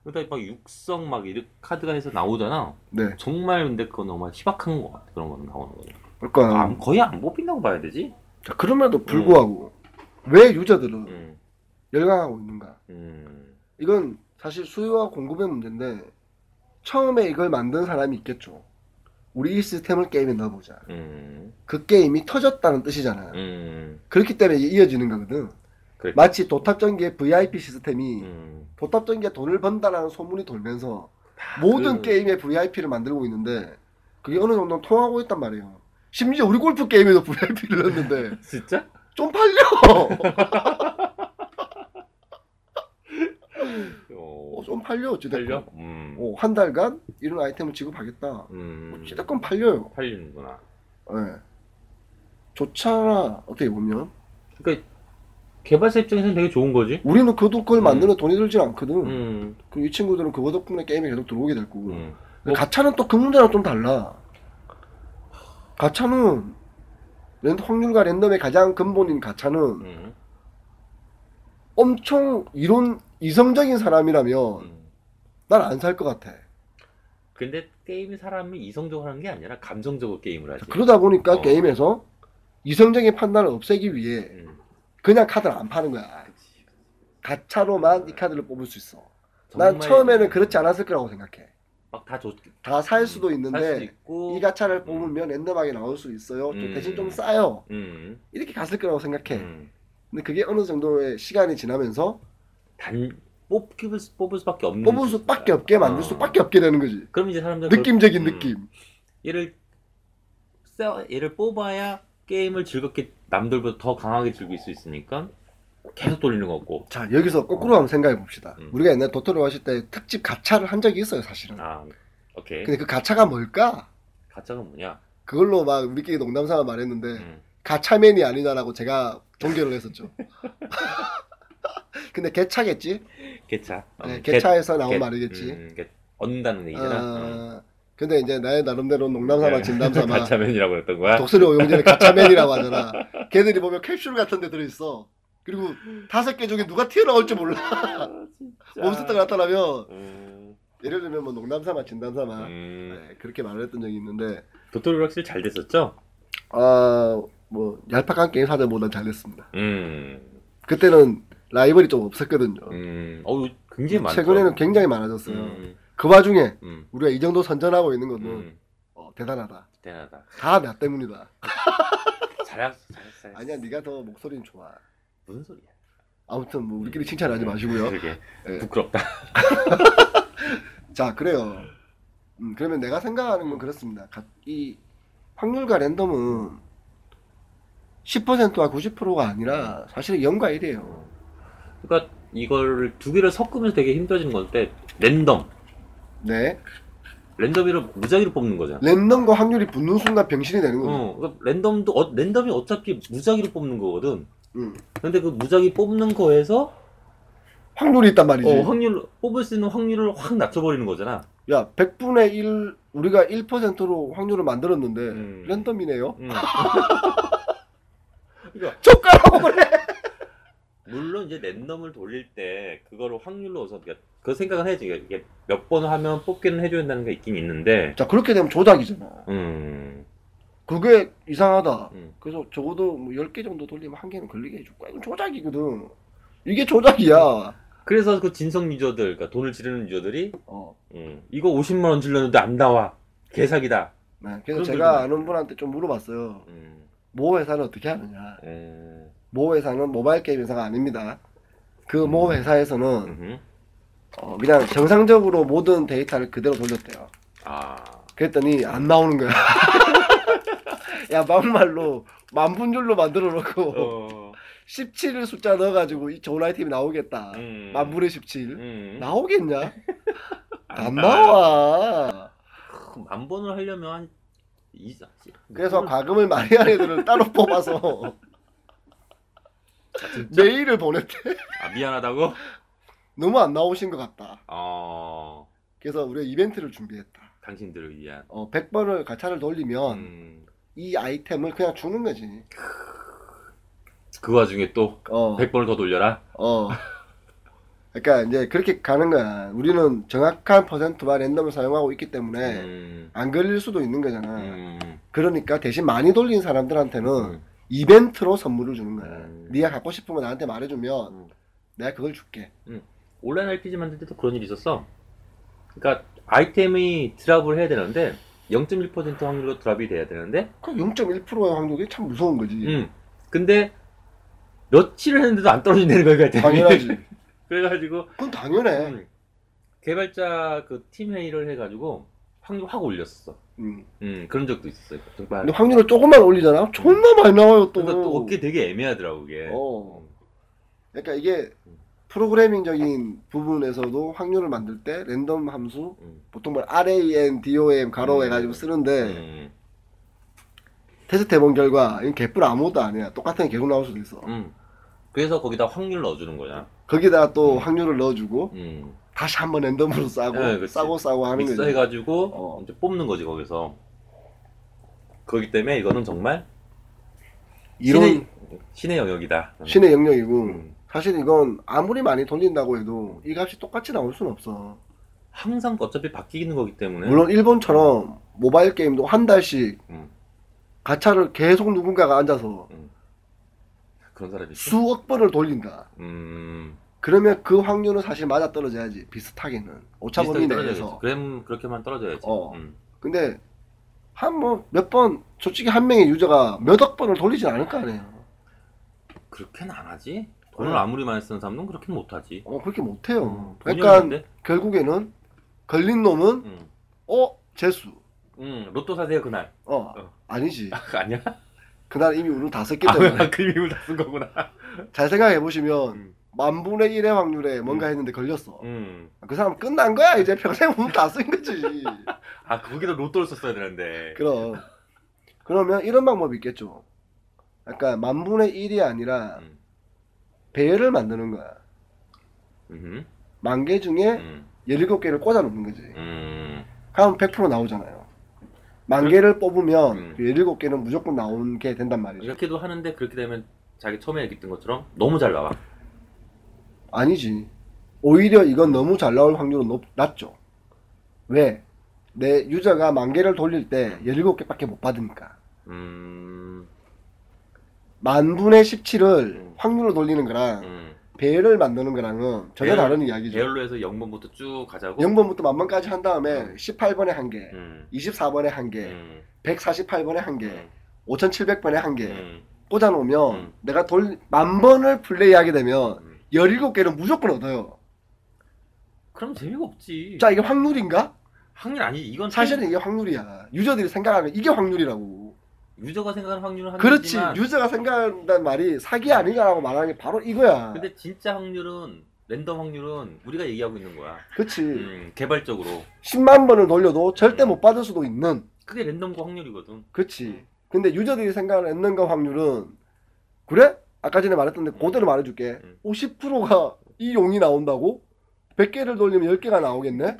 [SPEAKER 3] 그러다 막 육성 막 이렇게 카드가 해서 나오잖아
[SPEAKER 2] 네.
[SPEAKER 3] 정말 근데 그거 너무 희박한 것 같아 그런 거는 나오는 거는
[SPEAKER 2] 그러니까
[SPEAKER 3] 아, 안- 거의 안 뽑힌다고 봐야 되지
[SPEAKER 2] 자, 그럼에도 불구하고 왜 유저들은
[SPEAKER 3] 음,
[SPEAKER 2] 열광하고 있는가?
[SPEAKER 3] 음,
[SPEAKER 2] 이건 사실 수요와 공급의 문제인데 처음에 이걸 만든 사람이 있겠죠. 우리 이 시스템을 게임에 넣어보자.
[SPEAKER 3] 음,
[SPEAKER 2] 그 게임이 터졌다는 뜻이잖아.
[SPEAKER 3] 음,
[SPEAKER 2] 그렇기 때문에 이게 이어지는 거거든.
[SPEAKER 3] 그래.
[SPEAKER 2] 마치 도탑전기의 VIP 시스템이
[SPEAKER 3] 음.
[SPEAKER 2] 도탑전기에 돈을 번다라는 소문이 돌면서 모든
[SPEAKER 3] 그-
[SPEAKER 2] 게임에 VIP를 만들고 있는데 그게 어느 정도 통하고 있단 말이에요. 심지어 우리 골프 게임에도 VIP를
[SPEAKER 3] *laughs*
[SPEAKER 2] 넣었는데
[SPEAKER 3] 진짜?
[SPEAKER 2] 좀 팔려.
[SPEAKER 3] 어,
[SPEAKER 2] 어, 좀 팔려 어찌됐건.
[SPEAKER 3] 팔려? 음.
[SPEAKER 2] 어, 한 달간 이런 아이템을 지급하겠다.
[SPEAKER 3] 음.
[SPEAKER 2] 어찌됐건 팔려요.
[SPEAKER 3] 팔리는구나.
[SPEAKER 2] 예. 좋잖아 어떻게 보면
[SPEAKER 3] 그러니까 개발사 입장에서는 되게 좋은 거지.
[SPEAKER 2] 우리는 그 돈을
[SPEAKER 3] 음.
[SPEAKER 2] 만드는 돈이 들지 않거든.
[SPEAKER 3] 음.
[SPEAKER 2] 그리고 이 친구들은 그거 덕분에 게임에 계속 들어오게 될 거고.
[SPEAKER 3] 음.
[SPEAKER 2] 근데 가차는 또 그 문제랑 좀 달라. 가차는 랜 확률과 랜덤의 가장 근본인 가차는
[SPEAKER 3] 음.
[SPEAKER 2] 엄청 이론 이성적인 사람이라면
[SPEAKER 3] 음.
[SPEAKER 2] 난 안 살 것 같아.
[SPEAKER 3] 근데 게임 사람이 이성적으로 하는 게 아니라 감성적으로 게임을 하지.
[SPEAKER 2] 그러다 보니까
[SPEAKER 3] 어.
[SPEAKER 2] 게임에서 이성적인 판단을 없애기 위해
[SPEAKER 3] 음.
[SPEAKER 2] 그냥 카드를 안 파는 거야.
[SPEAKER 3] 그치.
[SPEAKER 2] 가차로만 이 카드를 뽑을 수 있어.
[SPEAKER 3] 정말
[SPEAKER 2] 난 처음에는 그렇지 않았을 거라고 생각해.
[SPEAKER 3] 막다 좋.
[SPEAKER 2] 다 살 수도 있는데
[SPEAKER 3] 음, 살 수도 있고.
[SPEAKER 2] 이 가차를 뽑으면 랜덤하게 나올 수 있어요. 좀
[SPEAKER 3] 음.
[SPEAKER 2] 대신 좀 싸요.
[SPEAKER 3] 음.
[SPEAKER 2] 이렇게 갔을 거라고 생각해.
[SPEAKER 3] 음.
[SPEAKER 2] 근데 그게 어느 정도의 시간이 지나면서
[SPEAKER 3] 단 뽑기 뽑을 수밖에 없는.
[SPEAKER 2] 뽑을 수밖에 없게 만들
[SPEAKER 3] 어.
[SPEAKER 2] 수밖에 없게 되는 거지.
[SPEAKER 3] 음. 그럼 이제 사람들
[SPEAKER 2] 느낌적인
[SPEAKER 3] 음.
[SPEAKER 2] 느낌.
[SPEAKER 3] 얘를 써, 얘를 뽑아야 게임을 즐겁게 남들보다 더 강하게 즐길 수 있으니까 계속 돌리는 거고.
[SPEAKER 2] 자 여기서 거꾸로 한번 생각해 봅시다.
[SPEAKER 3] 음.
[SPEAKER 2] 우리가 옛날 도토를 하실 때 특집 가차를 한 적이 있어요 사실은.
[SPEAKER 3] 아, 오케이.
[SPEAKER 2] 근데 그 가차가 뭘까?
[SPEAKER 3] 가짜가 뭐냐?
[SPEAKER 2] 그걸로 막 우리끼리 농담삼아 말했는데
[SPEAKER 3] 음.
[SPEAKER 2] 가차맨이 아니다라고 제가
[SPEAKER 3] *laughs*
[SPEAKER 2] 종결을 했었죠. 근데 개차겠지?
[SPEAKER 3] 개차. 어,
[SPEAKER 2] 네,
[SPEAKER 3] 개-
[SPEAKER 2] 개차에서 나온
[SPEAKER 3] 개-
[SPEAKER 2] 말이겠지.
[SPEAKER 3] 음, 개- 얻는다는 얘기잖아.
[SPEAKER 2] 아, 근데 이제 나의 나름대로 농담삼아
[SPEAKER 3] 네. *laughs*
[SPEAKER 2] 진담삼아
[SPEAKER 3] 가짜맨이라고 했던 거야.
[SPEAKER 2] 독수리 오용진을 가차맨이라고 하잖아. 걔들이 보면 캡슐 같은 데 들어있어. 그리고 다섯 개 중에 누가 튀어나올지 몰라.
[SPEAKER 3] *laughs* 아,
[SPEAKER 2] *laughs*
[SPEAKER 3] 진짜.
[SPEAKER 2] 몸쓰다가 나타나면
[SPEAKER 3] 음,
[SPEAKER 2] 예를 들면 뭐 농담삼아 진담삼아
[SPEAKER 3] 음.
[SPEAKER 2] 네, 그렇게 말을 했던 적이 있는데 아,
[SPEAKER 3] 도토리 확실히 잘 됐었죠?
[SPEAKER 2] 아뭐 얄팍한 게임 사전보단 잘 됐습니다.
[SPEAKER 3] 음.
[SPEAKER 2] 그때는 라이벌이 좀 없었거든요.
[SPEAKER 3] 음. 어우, 굉장히 많죠.
[SPEAKER 2] 최근에는 굉장히 많아졌어요.
[SPEAKER 3] 음.
[SPEAKER 2] 그 와중에
[SPEAKER 3] 음.
[SPEAKER 2] 우리가 이 정도 선전하고 있는
[SPEAKER 3] 음.
[SPEAKER 2] 것도 어, 대단하다.
[SPEAKER 3] 대단하다.
[SPEAKER 2] 다 나 때문이다.
[SPEAKER 3] 잘했어. 잘했어.
[SPEAKER 2] 아니야 네가 더 목소리는 좋아.
[SPEAKER 3] 무슨 소리야?
[SPEAKER 2] 아무튼 뭐 우리끼리 칭찬하지
[SPEAKER 3] 음.
[SPEAKER 2] 마시고요.
[SPEAKER 3] *laughs* 그러게.
[SPEAKER 2] 네.
[SPEAKER 3] 부끄럽다.
[SPEAKER 2] 자 그래요. 음, 그러면 내가 생각하는 건 그렇습니다. 가- 이 확률과 랜덤은 10%와 90%가 아니라 사실은 0과 1이에요.
[SPEAKER 3] 그러니까 이걸 두 개를 섞으면서 되게 힘들어지는 건데 랜덤.
[SPEAKER 2] 네.
[SPEAKER 3] 랜덤이로 무작위로 뽑는 거잖아.
[SPEAKER 2] 랜덤과 확률이 붙는 순간 병신이 되는 거죠.
[SPEAKER 3] 어, 그러니까 랜덤도 어, 랜덤이 어차피 무작위로 뽑는 거거든.
[SPEAKER 2] 음.
[SPEAKER 3] 근데 그 무작위 뽑는 거에서
[SPEAKER 2] 확률이 있단 말이지.
[SPEAKER 3] 어, 확률 뽑을 수 있는 확률을 확 낮춰버리는 거잖아.
[SPEAKER 2] 야, 100분의 1 우리가 1%로 확률을 만들었는데
[SPEAKER 3] 음.
[SPEAKER 2] 네. 랜덤이네요. *laughs*
[SPEAKER 3] 음.
[SPEAKER 2] 족가라고 그래.
[SPEAKER 3] *laughs* 물론 이제 랜덤을 돌릴 때 그거를 확률로 어서 그러니까 그 생각은 해야지 이게 몇 번 하면 뽑기는 해줘야 한다는 게 있긴 있는데.
[SPEAKER 2] 자, 그렇게 되면 조작이잖아.
[SPEAKER 3] 음.
[SPEAKER 2] 그게 이상하다.
[SPEAKER 3] 음.
[SPEAKER 2] 그래서 적어도 뭐 10개 정도 돌리면 한 개는 걸리게 해줄 거야. 이건 조작이거든. 이게 조작이야.
[SPEAKER 3] 그래서 그 진성 유저들, 그러니까 돈을 지르는 유저들이
[SPEAKER 2] 어.
[SPEAKER 3] 음, 이거 50만 원 질렀는데 안 나와. 개사기다.
[SPEAKER 2] 네, 그래서
[SPEAKER 3] 그런
[SPEAKER 2] 제가
[SPEAKER 3] 분들.
[SPEAKER 2] 아는 분한테 좀 물어봤어요.
[SPEAKER 3] 음,
[SPEAKER 2] 모 회사는 어떻게 하느냐?
[SPEAKER 3] 음,
[SPEAKER 2] 모 회사는 모바일 게임 회사가 아닙니다. 그 모
[SPEAKER 3] 음.
[SPEAKER 2] 회사에서는
[SPEAKER 3] 음흠.
[SPEAKER 2] 어, 그냥 정상적으로 모든 데이터를 그대로 돌렸대요.
[SPEAKER 3] 아,
[SPEAKER 2] 그랬더니 안 나오는 거야. *laughs* 야 막말로 만분줄로 만들어 놓고
[SPEAKER 3] 어,
[SPEAKER 2] 17을 숫자 넣어가지고 이 좋은 아이템이 나오겠다.
[SPEAKER 3] 음.
[SPEAKER 2] 만물의 17.
[SPEAKER 3] 음. *laughs*
[SPEAKER 2] 나오겠냐? 안
[SPEAKER 3] 나와요.
[SPEAKER 2] 나와.
[SPEAKER 3] 크, 만 번을 하려면 한 이- 아,
[SPEAKER 2] 그래서
[SPEAKER 3] 몇 번을-
[SPEAKER 2] 과금을 많이 한 애들을 따로
[SPEAKER 3] *laughs*
[SPEAKER 2] 뽑아서 메일을 보냈대.
[SPEAKER 3] 아, 미안하다고.
[SPEAKER 2] 너무 안 나오신 것 같다.
[SPEAKER 3] 어
[SPEAKER 2] 그래서 우리가 이벤트를 준비했다.
[SPEAKER 3] 당신들을 위한.
[SPEAKER 2] 어, 100번을 가차를 돌리면
[SPEAKER 3] 음,
[SPEAKER 2] 이 아이템을 그냥 주는 거지.
[SPEAKER 3] 그 와중에 또
[SPEAKER 2] 어,
[SPEAKER 3] 100번을 더 돌려라.
[SPEAKER 2] 어. 그러니까 이제 그렇게 가는 거야. 우리는 정확한 퍼센트와 랜덤을 사용하고 있기 때문에
[SPEAKER 3] 음,
[SPEAKER 2] 안 걸릴 수도 있는 거잖아.
[SPEAKER 3] 음,
[SPEAKER 2] 그러니까 대신 많이 돌린 사람들한테는
[SPEAKER 3] 음.
[SPEAKER 2] 이벤트로 선물을 주는 거야.
[SPEAKER 3] 음.
[SPEAKER 2] 네가 갖고 싶으면 나한테 말해주면
[SPEAKER 3] 음.
[SPEAKER 2] 내가 그걸 줄게.
[SPEAKER 3] 온라인 RPG 만들 때도 그런 일이 있었어. 그러니까 아이템이 드랍을 해야 되는데 0.1% 확률로 드랍이 돼야 되는데
[SPEAKER 2] 그 0.1%의 확률이 참 무서운 거지.
[SPEAKER 3] 음. 근데 며칠을 했는데도 안 떨어진다는 거야, 그 *laughs*
[SPEAKER 2] 당연하지. 네.
[SPEAKER 3] 그래가지고
[SPEAKER 2] 그건 당연해.
[SPEAKER 3] 음, 개발자 그 팀 회의를 해가지고 확률 확 올렸어.
[SPEAKER 2] 음.
[SPEAKER 3] 음, 그런 적도 있었어요. 정말.
[SPEAKER 2] 근데 확률을 조금만 올리잖아. 존나 많이 나와요 또.
[SPEAKER 3] 그러니까 또 네. 그게 되게 애매하더라고 그게.
[SPEAKER 2] 어. 그러니까 이게 프로그래밍적인 부분에서도 확률을 만들 때 랜덤 함수
[SPEAKER 3] 음,
[SPEAKER 2] 보통 뭐 RAN, DOM 가로 해가지고 쓰는데
[SPEAKER 3] 음,
[SPEAKER 2] 테스트 해본 결과 이 개뿔 아무것도 아니야. 똑같은 게 계속 나올 수도 있어.
[SPEAKER 3] 음. 그래서 거기다 확률 넣어주는 거야.
[SPEAKER 2] 거기다가 또
[SPEAKER 3] 음.
[SPEAKER 2] 확률을 넣어주고
[SPEAKER 3] 음.
[SPEAKER 2] 다시 한번 랜덤으로 싸고
[SPEAKER 3] 네, 그치.
[SPEAKER 2] 싸고 싸고 하는 거지.
[SPEAKER 3] 믹서해가지고
[SPEAKER 2] 어.
[SPEAKER 3] 이제 뽑는 거지 거기서. 그렇기 때문에 이거는 정말
[SPEAKER 2] 이런
[SPEAKER 3] 신의, 신의 영역이다.
[SPEAKER 2] 신의 영역이고
[SPEAKER 3] 음.
[SPEAKER 2] 사실 이건 아무리 많이 돌린다고 해도 이 값이 똑같이 나올 수는 없어.
[SPEAKER 3] 항상 어차피 바뀌는 거기 때문에.
[SPEAKER 2] 물론 일본처럼 모바일 게임도 한 달씩
[SPEAKER 3] 네. 음.
[SPEAKER 2] 가차를 계속 누군가가 앉아서
[SPEAKER 3] 그런 사람이 있어.
[SPEAKER 2] 수억 번을 돌린다.
[SPEAKER 3] 음.
[SPEAKER 2] 그러면 그 확률은 사실 맞아 떨어져야지 비슷하게는 오차범위
[SPEAKER 3] 비슷하게 떨어져야지.
[SPEAKER 2] 내에서.
[SPEAKER 3] 그럼 그렇게만 떨어져야지.
[SPEAKER 2] 어.
[SPEAKER 3] 음.
[SPEAKER 2] 근데 한 뭐 몇 번 솔직히 한 명의 유저가 몇억 번을 돌리진 않을 거 아니에요.
[SPEAKER 3] 그렇게는 안 하지. 돈을
[SPEAKER 2] 네.
[SPEAKER 3] 아무리 많이 쓰는 사람은 그렇게 못 하지.
[SPEAKER 2] 어 그렇게 못해요.
[SPEAKER 3] 돈이
[SPEAKER 2] 그러니까
[SPEAKER 3] 없는데?
[SPEAKER 2] 결국에는 걸린 놈은
[SPEAKER 3] 음.
[SPEAKER 2] 어 재수.
[SPEAKER 3] 음, 로또 사세요 그날.
[SPEAKER 2] 어,
[SPEAKER 3] 어.
[SPEAKER 2] *laughs* 아니지.
[SPEAKER 3] 아니야?
[SPEAKER 2] 그날 이미 운을 다 썼기
[SPEAKER 3] 아,
[SPEAKER 2] 때문에
[SPEAKER 3] 그 이름을 다쓴
[SPEAKER 2] *laughs*
[SPEAKER 3] 거구나.
[SPEAKER 2] 잘 생각해 보시면
[SPEAKER 3] 음.
[SPEAKER 2] 만 분의 일의 확률에 뭔가 했는데 걸렸어.
[SPEAKER 3] 음.
[SPEAKER 2] 그 사람 끝난 거야 이제 평생 운 다 쓴
[SPEAKER 3] *laughs*
[SPEAKER 2] 거지.
[SPEAKER 3] 아, 거기다 로또를 썼어야 되는데.
[SPEAKER 2] 그럼 그러면 이런 방법이 있겠죠. 약간 만 분의 일이 아니라
[SPEAKER 3] 음.
[SPEAKER 2] 배열을 만드는 거야.
[SPEAKER 3] 음.
[SPEAKER 2] 만 개 중에
[SPEAKER 3] 음.
[SPEAKER 2] 17개를 꽂아 놓는 거지.
[SPEAKER 3] 음.
[SPEAKER 2] 그럼 100% 나오잖아요. 만 개를 뽑으면
[SPEAKER 3] 그- 음.
[SPEAKER 2] 그 17개는 무조건 나온 게 된단 말이죠.
[SPEAKER 3] 이렇게도 하는데 그렇게 되면 자기 처음에 얘기했던 것처럼 너무 잘 나와.
[SPEAKER 2] 아니지. 오히려 이건 너무 잘 나올 확률은 높, 낮죠. 왜? 내 유저가 만 개를 돌릴 때 17개밖에 못 받으니까.
[SPEAKER 3] 음.
[SPEAKER 2] 만 분의 17을
[SPEAKER 3] 음.
[SPEAKER 2] 확률로 돌리는 거랑
[SPEAKER 3] 음.
[SPEAKER 2] 배열을 만드는 거랑은 전혀
[SPEAKER 3] 배열-
[SPEAKER 2] 다른 이야기죠.
[SPEAKER 3] 계열로 해서 0번부터 쭉 가자고.
[SPEAKER 2] 0번부터 만번까지 한 다음에
[SPEAKER 3] 음.
[SPEAKER 2] 18번에 한 개,
[SPEAKER 3] 음.
[SPEAKER 2] 24번에 한 개,
[SPEAKER 3] 음.
[SPEAKER 2] 148번에 한 개,
[SPEAKER 3] 음.
[SPEAKER 2] 5,700번에 한 개,
[SPEAKER 3] 음.
[SPEAKER 2] 꽂아놓으면
[SPEAKER 3] 음.
[SPEAKER 2] 내가 돌 만 번을 플레이하게 되면
[SPEAKER 3] 음.
[SPEAKER 2] 17개는 무조건 얻어요.
[SPEAKER 3] 그럼 재미가 없지.
[SPEAKER 2] 자, 이게 확률인가?
[SPEAKER 3] 확률 아니 이건
[SPEAKER 2] 사실은 이게 확률이야. 유저들이 생각하는 이게 확률이라고.
[SPEAKER 3] 유저가 생각하는 확률은 한
[SPEAKER 2] 그렇지.
[SPEAKER 3] 거지만
[SPEAKER 2] 유저가 생각한다는 말이 사기 아니냐라고 말하는 게 바로 이거야.
[SPEAKER 3] 근데 진짜 확률은 랜덤 확률은 우리가 얘기하고 있는 거야.
[SPEAKER 2] 그렇지.
[SPEAKER 3] 음, 개발적으로
[SPEAKER 2] 10만 번을 돌려도 절대
[SPEAKER 3] 음.
[SPEAKER 2] 못 받을 수도 있는.
[SPEAKER 3] 그게 랜덤과 확률이거든.
[SPEAKER 2] 그렇지.
[SPEAKER 3] 음.
[SPEAKER 2] 근데 유저들이 생각하는 엔넌과 확률은 그래? 아까 전에 말했던데 그대로 말해줄게.
[SPEAKER 3] 음.
[SPEAKER 2] 50%가 이 용이 나온다고? 100개를 돌리면 10개가 나오겠네?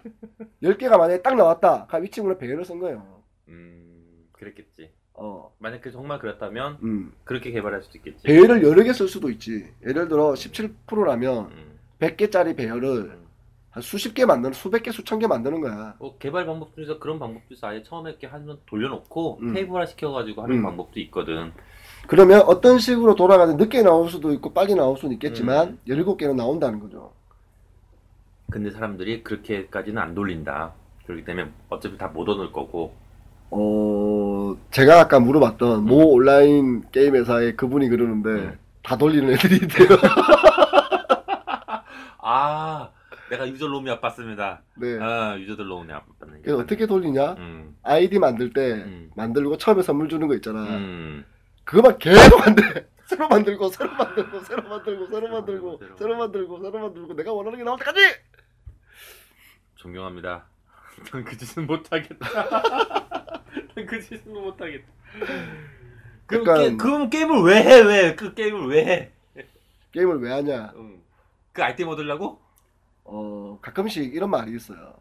[SPEAKER 2] 10개가 만약에 딱 나왔다. 그럼 이 친구는 100개를 쓴 거예요.
[SPEAKER 3] 음, 그랬겠지.
[SPEAKER 2] 어.
[SPEAKER 3] 만약에 정말 그렇다면
[SPEAKER 2] 음.
[SPEAKER 3] 그렇게 개발할 수도 있겠지.
[SPEAKER 2] 배열을 여러 개 쓸 수도 있지. 예를 들어 17%라면
[SPEAKER 3] 음,
[SPEAKER 2] 100개짜리 배열을
[SPEAKER 3] 음.
[SPEAKER 2] 한 수십 개 만드는 수백 개 수천 개 만드는 거야.
[SPEAKER 3] 뭐 개발 방법 중에서 그런 방법 중에서 아예 처음에 이렇게 하면 돌려놓고
[SPEAKER 2] 음.
[SPEAKER 3] 테이블화 시켜가지고 하는
[SPEAKER 2] 음.
[SPEAKER 3] 방법도 있거든.
[SPEAKER 2] 그러면 어떤 식으로 돌아가든 늦게 나올 수도 있고 빨리 나올 수는 있겠지만
[SPEAKER 3] 음.
[SPEAKER 2] 열 17개는 나온다는 거죠.
[SPEAKER 3] 근데 사람들이 그렇게까지는 안 돌린다. 그렇기 때문에 어차피 다 못 얻을 거고.
[SPEAKER 2] 어, 제가 아까 물어봤던 모 온라인 게임 회사의 그분이 그러는데
[SPEAKER 3] 음.
[SPEAKER 2] 다 돌리는 애들이
[SPEAKER 3] *laughs*
[SPEAKER 2] 있대요. *laughs*
[SPEAKER 3] 아, 내가 유저 놈이 아팠습니다.
[SPEAKER 2] 네.
[SPEAKER 3] 아, 유저들 놈이 아팠네.
[SPEAKER 2] 그래서 어떻게 돌리냐?
[SPEAKER 3] 음,
[SPEAKER 2] 아이디 만들 때
[SPEAKER 3] 음.
[SPEAKER 2] 네. 만들고 처음에 선물 주는 거 있잖아.
[SPEAKER 3] 음.
[SPEAKER 2] 그거만 계속 안 돼. *laughs* 새로 만들고 새로 만들고 새로 만들고 새로 만들고
[SPEAKER 3] 새로 만들고,
[SPEAKER 2] 새로 만들고 새로 만들고 내가 원하는 게 나올 때까지
[SPEAKER 3] 존경합니다. *laughs* 난 그 짓은 못하겠다. *laughs* 난 그 짓은 못하겠다. 그럼,
[SPEAKER 2] 약간-
[SPEAKER 3] 게, 그럼 게임을 왜 해? 왜? 그 게임을 왜 해?
[SPEAKER 2] 게임을 왜 하냐?
[SPEAKER 3] 응. 그 아이템 얻으려고?
[SPEAKER 2] 어 가끔씩 이런 말이 있어요.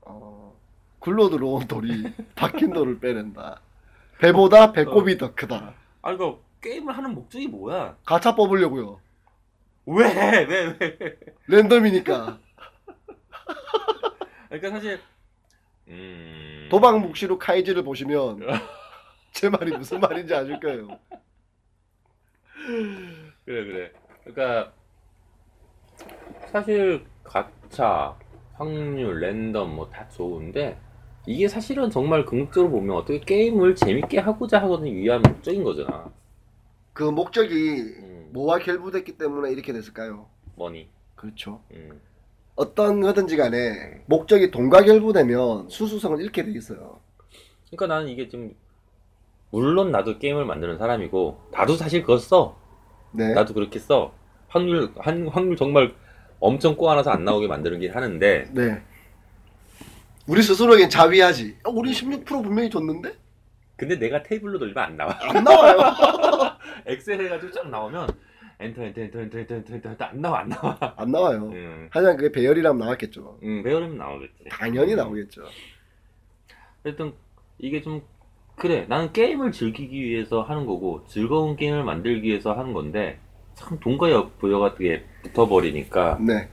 [SPEAKER 2] 어 굴러 들어온 돌이 박힌 돌을 빼낸다. 배보다 배꼽이 더 크다.
[SPEAKER 3] 아니 그 게임을 하는 목적이 뭐야?
[SPEAKER 2] 가차 뽑으려고요.
[SPEAKER 3] 왜? 왜? 왜? 왜?
[SPEAKER 2] 랜덤이니까
[SPEAKER 3] 그러니까 사실 음...
[SPEAKER 2] 도박 묵시로 카이지를 보시면 제 말이 무슨 말인지 아실 거예요.
[SPEAKER 3] 그래 그래. 그러니까 사실 가차, 확률, 랜덤 뭐 다 좋은데 이게 사실은 정말 궁극적으로 보면 어떻게 게임을 재밌게 하고자 하거든 위한 목적인 거잖아.
[SPEAKER 2] 그 목적이
[SPEAKER 3] 음,
[SPEAKER 2] 뭐와 결부됐기 때문에 이렇게 됐을까요?
[SPEAKER 3] 머니.
[SPEAKER 2] 그렇죠.
[SPEAKER 3] 음,
[SPEAKER 2] 어떤 거든지 간에 목적이 돈과 결부되면 수수성을 잃게 돼 있어요.
[SPEAKER 3] 그러니까 나는 이게 지금 물론 나도 게임을 만드는 사람이고 나도 사실 그걸 써.
[SPEAKER 2] 네.
[SPEAKER 3] 나도 그렇게 써. 확률 한 확률 정말 엄청 꼬아놔서 안 나오게 만드는 길 하는데
[SPEAKER 2] 네. 우리 스스로에겐 자위하지. 어, 우리 16% 분명히 줬는데?
[SPEAKER 3] 근데 내가 테이블로 돌리면 안 나와.
[SPEAKER 2] 안 나와요.
[SPEAKER 3] *laughs* 엑셀 해가지고 쫙 나오면 엔터 엔터 엔터 엔터 엔터 엔터 엔터, 엔터 안 나와 안 나와.
[SPEAKER 2] 안 나와요.
[SPEAKER 3] 음,
[SPEAKER 2] 하지만 그게 배열이라면 나왔겠죠.
[SPEAKER 3] 음 배우려면 나오겠지.
[SPEAKER 2] 당연히 나오겠죠.
[SPEAKER 3] 하여튼 이게 좀 그래 나는 게임을 즐기기 위해서 하는 거고 즐거운 게임을 만들기 위해서 하는 건데 참 돈과 여- 부여가 되게 붙어버리니까
[SPEAKER 2] 네.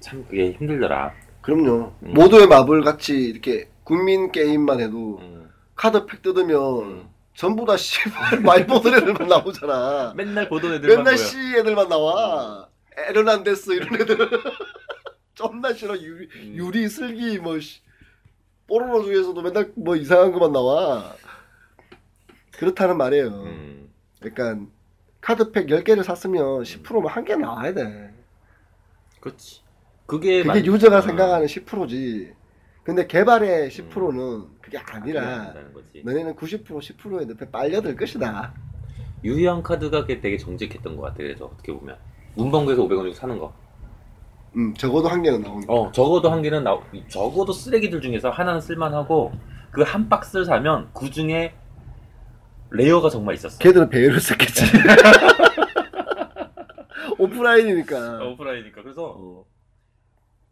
[SPEAKER 3] 참 그게 힘들더라.
[SPEAKER 2] 그럼요.
[SPEAKER 3] 음.
[SPEAKER 2] 모두의 마블 같이 이렇게 국민 게임만 해도
[SPEAKER 3] 음,
[SPEAKER 2] 카드 팩 뜯으면
[SPEAKER 3] 음.
[SPEAKER 2] 전부 다 씨발 *laughs* 말보드 애들만 나오잖아.
[SPEAKER 3] 맨날 보던 애들만
[SPEAKER 2] 맨날
[SPEAKER 3] 보여.
[SPEAKER 2] 씨 애들만 나와. 에르난데스 이런 애들. *laughs* 존나 싫어. 유리,
[SPEAKER 3] 음.
[SPEAKER 2] 유리 슬기 뭐 씨. 뽀로로 중에서도 맨날 뭐 이상한 것만 나와. 그렇다는 말이에요.
[SPEAKER 3] 음,
[SPEAKER 2] 약간 그러니까 카드팩 10개를 샀으면 10%면 한 개 나와야 돼.
[SPEAKER 3] 그렇지. 그게
[SPEAKER 2] 그게
[SPEAKER 3] 만-
[SPEAKER 2] 유저가
[SPEAKER 3] 어,
[SPEAKER 2] 생각하는 10%지. 근데 개발의
[SPEAKER 3] 음.
[SPEAKER 2] 10%는 그게 아니라
[SPEAKER 3] 된다는 거지.
[SPEAKER 2] 너네는 90% 10%의 늪에 빨려들 것이다.
[SPEAKER 3] 유희왕 카드가 그게 되게 정직했던 것 같아. 그래서 어떻게 보면 문방구에서 500원 주고 사는 거.
[SPEAKER 2] 음, 적어도 한 개는 나오는 거.
[SPEAKER 3] 어, 적어도 한 개는 나 적어도 쓰레기들 중에서 하나는 쓸만하고 그 한 박스를 사면 그 중에 레어가 정말 있었어.
[SPEAKER 2] 걔들은
[SPEAKER 3] *laughs*
[SPEAKER 2] 배열을 썼겠지. *laughs* 오프라인이니까.
[SPEAKER 3] 어, 오프라인이니까 그래서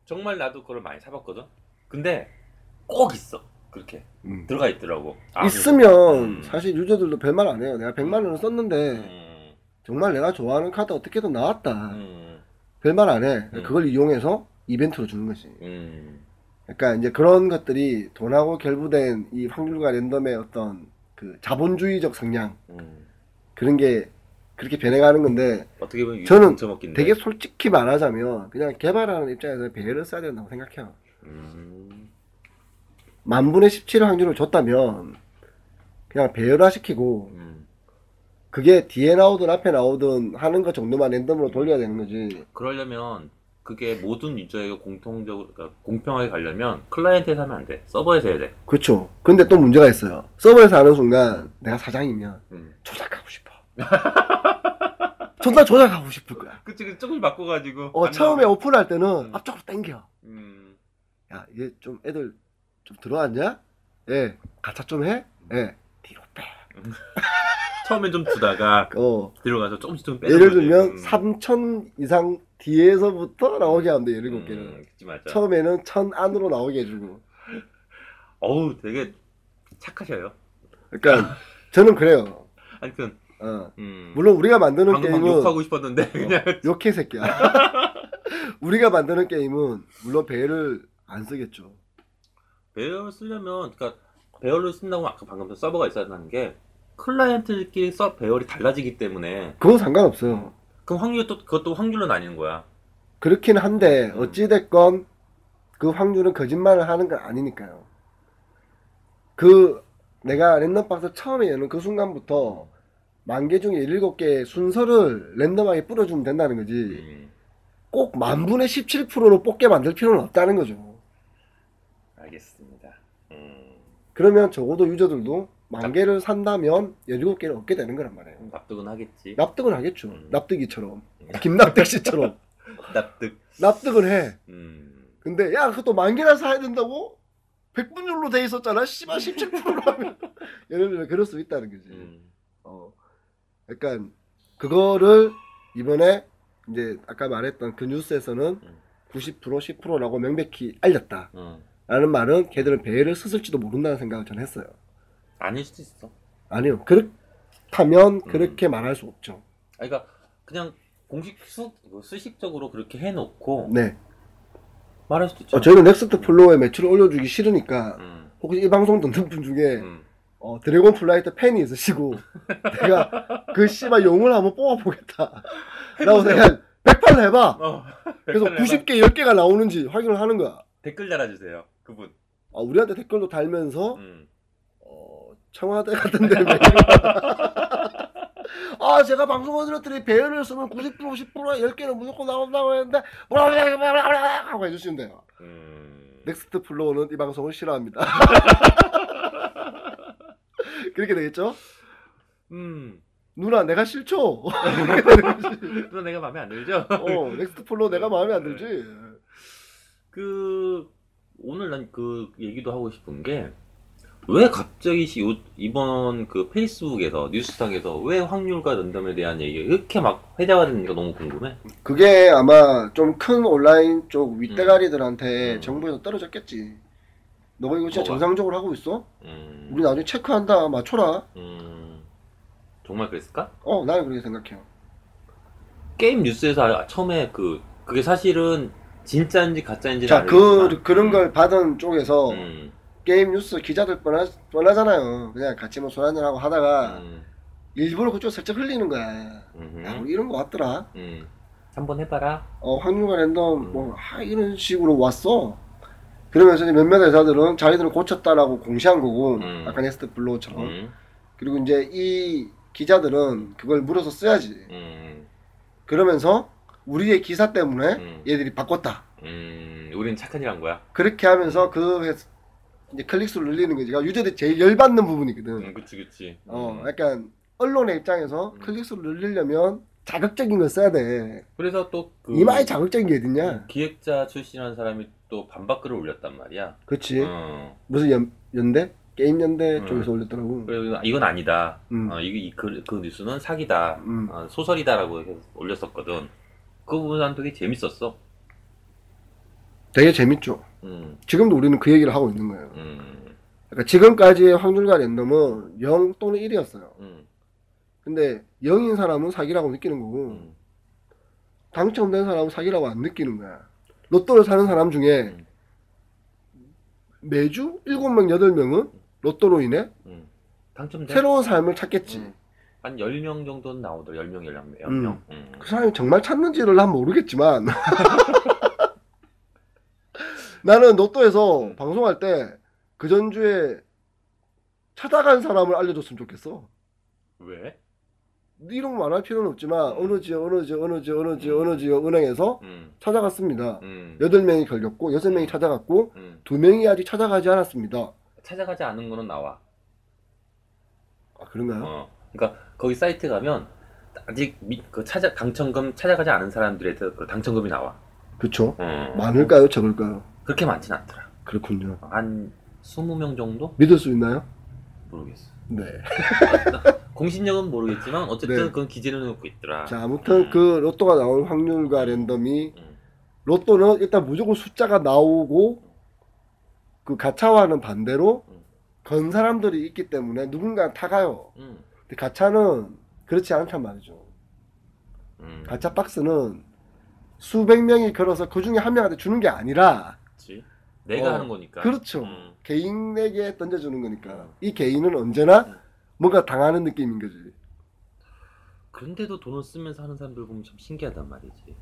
[SPEAKER 3] 정말 나도 그걸 많이 사봤거든. 근데 꼭 있어 그렇게
[SPEAKER 2] 음.
[SPEAKER 3] 들어가 있더라고. 아,
[SPEAKER 2] 있으면
[SPEAKER 3] 음.
[SPEAKER 2] 사실 유저들도 별말 안 해요. 내가 100만 원을 썼는데
[SPEAKER 3] 음,
[SPEAKER 2] 정말 내가 좋아하는 카드 어떻게든 나왔다.
[SPEAKER 3] 음,
[SPEAKER 2] 별말 안 해.
[SPEAKER 3] 음.
[SPEAKER 2] 그걸 이용해서 이벤트로 주는 거지.
[SPEAKER 3] 음,
[SPEAKER 2] 약간 그러니까 이제 그런 것들이 돈하고 결부된 이 확률과 랜덤의 어떤 그 자본주의적 성향
[SPEAKER 3] 음.
[SPEAKER 2] 그런 게 그렇게 변해가는 건데
[SPEAKER 3] 어떻게 보면
[SPEAKER 2] 저는
[SPEAKER 3] 먹긴데.
[SPEAKER 2] 되게 솔직히 말하자면 그냥 개발하는 입장에서 배를 써야 된다고 생각해요.
[SPEAKER 3] 음,
[SPEAKER 2] 만 분의 17 확률을 줬다면 그냥 배열화시키고
[SPEAKER 3] 음.
[SPEAKER 2] 그게 뒤에 나오든 앞에 나오든 하는 것 정도만 랜덤으로 돌려야 되는 거지.
[SPEAKER 3] 그러려면 그게 모든 유저에게 공통적으로 그러니까 공평하게 가려면 클라이언트에서 하면 안 돼. 서버에서 해야 돼.
[SPEAKER 2] 그렇죠. 근데 또 문제가 있어요. 서버에서 하는 순간 내가 사장이면
[SPEAKER 3] 음.
[SPEAKER 2] 조작하고 싶어. 존나 조작하고 싶을 거야.
[SPEAKER 3] 그치, 그 조금씩 바꿔가지고.
[SPEAKER 2] 어, 처음에 오픈할 때는
[SPEAKER 3] 음.
[SPEAKER 2] 앞쪽으로 당겨.
[SPEAKER 3] 음,
[SPEAKER 2] 야, 얘 좀 애들 좀 들어왔냐? 예. 가차 좀 해? 예. 뒤로 빼.
[SPEAKER 3] 처음엔 좀 주다가
[SPEAKER 2] 어.
[SPEAKER 3] 들어가서 조금씩 좀 빼는
[SPEAKER 2] 예를
[SPEAKER 3] 거지.
[SPEAKER 2] 들면
[SPEAKER 3] 음.
[SPEAKER 2] 3천 이상 뒤에서부터 나오게 하면 돼, 7개는.
[SPEAKER 3] 음, 그치, 맞아.
[SPEAKER 2] 처음에는 천 안으로 나오게 해주고.
[SPEAKER 3] 어우, 되게 착하셔요.
[SPEAKER 2] 그러니까 저는 그래요.
[SPEAKER 3] 하여튼,
[SPEAKER 2] 어.
[SPEAKER 3] 음.
[SPEAKER 2] 물론 우리가 만드는
[SPEAKER 3] 방금 막
[SPEAKER 2] 게임은
[SPEAKER 3] 욕하고 싶었는데, 그냥. *laughs*
[SPEAKER 2] 어, 욕해 새끼야. 우리가 만드는 게임은 물론 배를 안 쓰겠죠.
[SPEAKER 3] 배열을 쓰려면, 그니까, 배열을 쓴다고 아까 방금 전 서버가 있었다는 게, 클라이언트끼리 서 배열이 달라지기 때문에,
[SPEAKER 2] 그건 상관없어요.
[SPEAKER 3] 그럼 확률 또, 그것도 확률로 나뉘는 거야.
[SPEAKER 2] 그렇긴 한데
[SPEAKER 3] 음.
[SPEAKER 2] 어찌됐건 그 확률은 거짓말을 하는 건 아니니까요. 그 내가 랜덤 박스 처음에 여는 그 순간부터 만 개 중에 17개의 순서를 랜덤하게 뿌려주면 된다는 거지
[SPEAKER 3] 음,
[SPEAKER 2] 꼭 만분의 17%로 뽑게 만들 필요는 없다는 거죠.
[SPEAKER 3] 알겠습니다. 음,
[SPEAKER 2] 그러면 적어도 유저들도 만 개를 산다면 17개를 얻게 되는 거란 말이에요.
[SPEAKER 3] 납득은 하겠지.
[SPEAKER 2] 납득은 하겠죠.
[SPEAKER 3] 음.
[SPEAKER 2] 납득이처럼.
[SPEAKER 3] 음.
[SPEAKER 2] 김납득 씨처럼.
[SPEAKER 3] 납득.
[SPEAKER 2] 납득을 해.
[SPEAKER 3] 음.
[SPEAKER 2] 근데 야, 그것도 만 개나 사야 된다고? 100분율로 돼 있었잖아. 씨발 17%로 하면. *laughs* 예를 들면 그럴 수 있다는 거지.
[SPEAKER 3] 음.
[SPEAKER 2] 어. 약간 그거를 이번에 이제 아까 말했던 그 뉴스에서는
[SPEAKER 3] 음.
[SPEAKER 2] 90% 10%라고 명백히 알렸다.
[SPEAKER 3] 음.
[SPEAKER 2] 라는 말은 걔들은 배를 쓰실지도 모른다는 생각을 전 했어요.
[SPEAKER 3] 아닐 수도 있어.
[SPEAKER 2] 아니요. 그렇다면
[SPEAKER 3] 음.
[SPEAKER 2] 그렇게 말할 수 없죠.
[SPEAKER 3] 아니, 그러니까 그냥 공식 수, 뭐 수식적으로 그렇게 해놓고
[SPEAKER 2] 네.
[SPEAKER 3] 말할 수도 있죠.
[SPEAKER 2] 어, 저희는 넥스트 플로어의 매출을 올려주기 싫으니까
[SPEAKER 3] 음.
[SPEAKER 2] 혹시 이 방송 듣는 분 중에
[SPEAKER 3] 음.
[SPEAKER 2] 어, 드래곤 플라이트 팬이
[SPEAKER 3] *laughs*
[SPEAKER 2] 있으시고 내가 그 씨발 용을 한번 뽑아보겠다. 라고 생각 108
[SPEAKER 3] *laughs*
[SPEAKER 2] 해봐.
[SPEAKER 3] 어.
[SPEAKER 2] 그래서
[SPEAKER 3] 댓글 해봐.
[SPEAKER 2] 90개 10개가 나오는지 확인을 하는 거야.
[SPEAKER 3] 댓글 달아주세요. 그분.
[SPEAKER 2] 아, 우리한테 댓글도 달면서
[SPEAKER 3] 음.
[SPEAKER 2] 어, 청와대 같은데 매일
[SPEAKER 3] *laughs*
[SPEAKER 2] 아 제가 방송을 들었더니 배열을 쓰면 90% 10% 10개는 무조건 나온다고 했는데 *laughs* 뭐라 뭐라 뭐라 뭐라 하고 해주시면 돼요
[SPEAKER 3] 음.
[SPEAKER 2] 넥스트 플로우는 이
[SPEAKER 3] *laughs*
[SPEAKER 2] 방송을 싫어합니다 *laughs* 그렇게 되겠죠?
[SPEAKER 3] 음.
[SPEAKER 2] 누나 내가
[SPEAKER 3] *laughs*
[SPEAKER 2] 싫죠?
[SPEAKER 3] 또 내가 마음에 안 들죠?
[SPEAKER 2] 어, 넥스트 플로우 내가 마음에 안 들지
[SPEAKER 3] 그 오늘 난 그 얘기도 하고 싶은 게 왜 갑자기 시- 요- 이번 그 페이스북에서 뉴스상에서 왜 확률과 랜덤에 대한 얘기가 이렇게 막 회자가 되는지가 너무 궁금해.
[SPEAKER 2] 그게 아마 좀 큰 온라인 쪽
[SPEAKER 3] 음.
[SPEAKER 2] 윗대가리들한테 정부에서 떨어졌겠지 너가 이거
[SPEAKER 3] 뭐가?
[SPEAKER 2] 진짜 정상적으로 하고 있어?
[SPEAKER 3] 음,
[SPEAKER 2] 우리 나중에 체크한다 맞춰라
[SPEAKER 3] 음, 정말 그랬을까?
[SPEAKER 2] 어 나는 그렇게 생각해요
[SPEAKER 3] 게임 뉴스에서 아- 처음에 그 그게 사실은 진짜인지 가짜인지는
[SPEAKER 2] 자그
[SPEAKER 3] 알겠지만,
[SPEAKER 2] 그런 걸 받은 쪽에서
[SPEAKER 3] 음,
[SPEAKER 2] 게임 뉴스 기자들 뻔하, 뻔하잖아요 그냥 같이 뭐 술 한잔하고 하다가
[SPEAKER 3] 음,
[SPEAKER 2] 일부러 그쪽 살짝 흘리는 거야
[SPEAKER 3] 음,
[SPEAKER 2] 야, 우리 이런 거 왔더라
[SPEAKER 3] 음. 한번 해봐라.
[SPEAKER 2] 어 확률과 랜덤
[SPEAKER 3] 음.
[SPEAKER 2] 뭐 아, 이런 식으로 왔어 그러면서 이제 몇몇 회사들은 자기들을 고쳤다라고 공시한 거고
[SPEAKER 3] 음.
[SPEAKER 2] 아까 넥스트 블로처럼
[SPEAKER 3] 음,
[SPEAKER 2] 그리고 이제 이 기자들은 그걸 물어서 써야지
[SPEAKER 3] 음,
[SPEAKER 2] 그러면서 우리의 기사 때문에
[SPEAKER 3] 음.
[SPEAKER 2] 얘들이 바꿨다
[SPEAKER 3] 음, 우린 착한 일 한 거야.
[SPEAKER 2] 그렇게 하면서 그 회- 이제 클릭수를 늘리는 거지. 그러니까 유저들이 제일 열받는 부분이거든.
[SPEAKER 3] 음, 그치 그치.
[SPEAKER 2] 어,
[SPEAKER 3] 음.
[SPEAKER 2] 약간 언론의 입장에서
[SPEAKER 3] 음.
[SPEAKER 2] 클릭수를 늘리려면 자극적인 걸 써야 돼.
[SPEAKER 3] 그래서 또그 음,
[SPEAKER 2] 이마에 자극적인 게 어딨냐?
[SPEAKER 3] 기획자 출신이라는 사람이 또 반박글을 올렸단 말이야.
[SPEAKER 2] 그렇지.
[SPEAKER 3] 어.
[SPEAKER 2] 무슨 연, 연대? 게임 연대
[SPEAKER 3] 음.
[SPEAKER 2] 쪽에서 올렸더라고.
[SPEAKER 3] 그리고 이건- 이건 아니다.
[SPEAKER 2] 음.
[SPEAKER 3] 어, 이, 이 글- 그, 뉴스는 사기다.
[SPEAKER 2] 음.
[SPEAKER 3] 어, 소설이다라고 해서 올렸었거든. 그 부분 난 되게 재밌었어.
[SPEAKER 2] 되게 재밌죠.
[SPEAKER 3] 음,
[SPEAKER 2] 지금도 우리는 그 얘기를 하고 있는 거예요.
[SPEAKER 3] 음,
[SPEAKER 2] 그러니까 지금까지의 확률과 랜덤은 0 또는 1이었어요.
[SPEAKER 3] 음,
[SPEAKER 2] 근데 0인 사람은 사기라고 느끼는 거고
[SPEAKER 3] 음,
[SPEAKER 2] 당첨된 사람은 사기라고 안 느끼는 거야. 로또를 사는 사람 중에
[SPEAKER 3] 음,
[SPEAKER 2] 매주 7명, 8명은 로또로 인해
[SPEAKER 3] 음. 당첨된
[SPEAKER 2] 새로운 삶을 찾겠지.
[SPEAKER 3] 음. 한 10명 정도는 나오더라. 10명, 11명, 10명.
[SPEAKER 2] 음.
[SPEAKER 3] 음.
[SPEAKER 2] 그 사람이 정말 찾는지를 난 모르겠지만 *laughs* 나는 로또에서
[SPEAKER 3] 음.
[SPEAKER 2] 방송할 때 그 전주에 찾아간 사람을 알려줬으면 좋겠어.
[SPEAKER 3] 왜?
[SPEAKER 2] 이런 거 말할 필요는 없지만
[SPEAKER 3] 음.
[SPEAKER 2] 어느 지역, 어느 지역, 어느 지역, 어느 지역,
[SPEAKER 3] 음.
[SPEAKER 2] 어느 지역 은행에서
[SPEAKER 3] 음,
[SPEAKER 2] 찾아갔습니다.
[SPEAKER 3] 음,
[SPEAKER 2] 8명이 걸렸고 6명이
[SPEAKER 3] 음.
[SPEAKER 2] 찾아갔고
[SPEAKER 3] 음.
[SPEAKER 2] 2명이 아직 찾아가지 않았습니다.
[SPEAKER 3] 찾아가지 않은 거는 나와.
[SPEAKER 2] 아 그런가요?
[SPEAKER 3] 어. 그러니까 거기 사이트 가면 아직 미- 그 찾아 당첨금 찾아가지 않은 사람들에 대해서 그 당첨금이 나와.
[SPEAKER 2] 그쵸?
[SPEAKER 3] 어.
[SPEAKER 2] 많을까요? 적을까요?
[SPEAKER 3] 그렇게 많진 않더라.
[SPEAKER 2] 그렇군요.
[SPEAKER 3] 한 20명 정도?
[SPEAKER 2] 믿을 수 있나요?
[SPEAKER 3] 모르겠어.
[SPEAKER 2] 네.
[SPEAKER 3] 공신력은 모르겠지만 어쨌든
[SPEAKER 2] 네.
[SPEAKER 3] 그건 기재를 놓고 있더라.
[SPEAKER 2] 자, 아무튼 그 로또가 나올 확률과 랜덤이
[SPEAKER 3] 음,
[SPEAKER 2] 로또는 일단 무조건 숫자가 나오고 그 가차와는 반대로 건 사람들이 있기 때문에 누군가 타가요.
[SPEAKER 3] 음,
[SPEAKER 2] 근데 가차는 그렇지 않단 말이죠.
[SPEAKER 3] 음,
[SPEAKER 2] 가차 박스는 수백 명이 걸어서 그 중에 한 명한테 주는 게 아니라
[SPEAKER 3] 그렇지. 내가
[SPEAKER 2] 어,
[SPEAKER 3] 하는 거니까.
[SPEAKER 2] 그렇죠.
[SPEAKER 3] 음,
[SPEAKER 2] 개인에게 던져주는 거니까 이 개인은
[SPEAKER 3] 음.
[SPEAKER 2] 언제나 뭔가 당하는 느낌인 거지.
[SPEAKER 3] 그런데도 돈을 쓰면서 하는 사람들 보면 참 신기하단 말이지.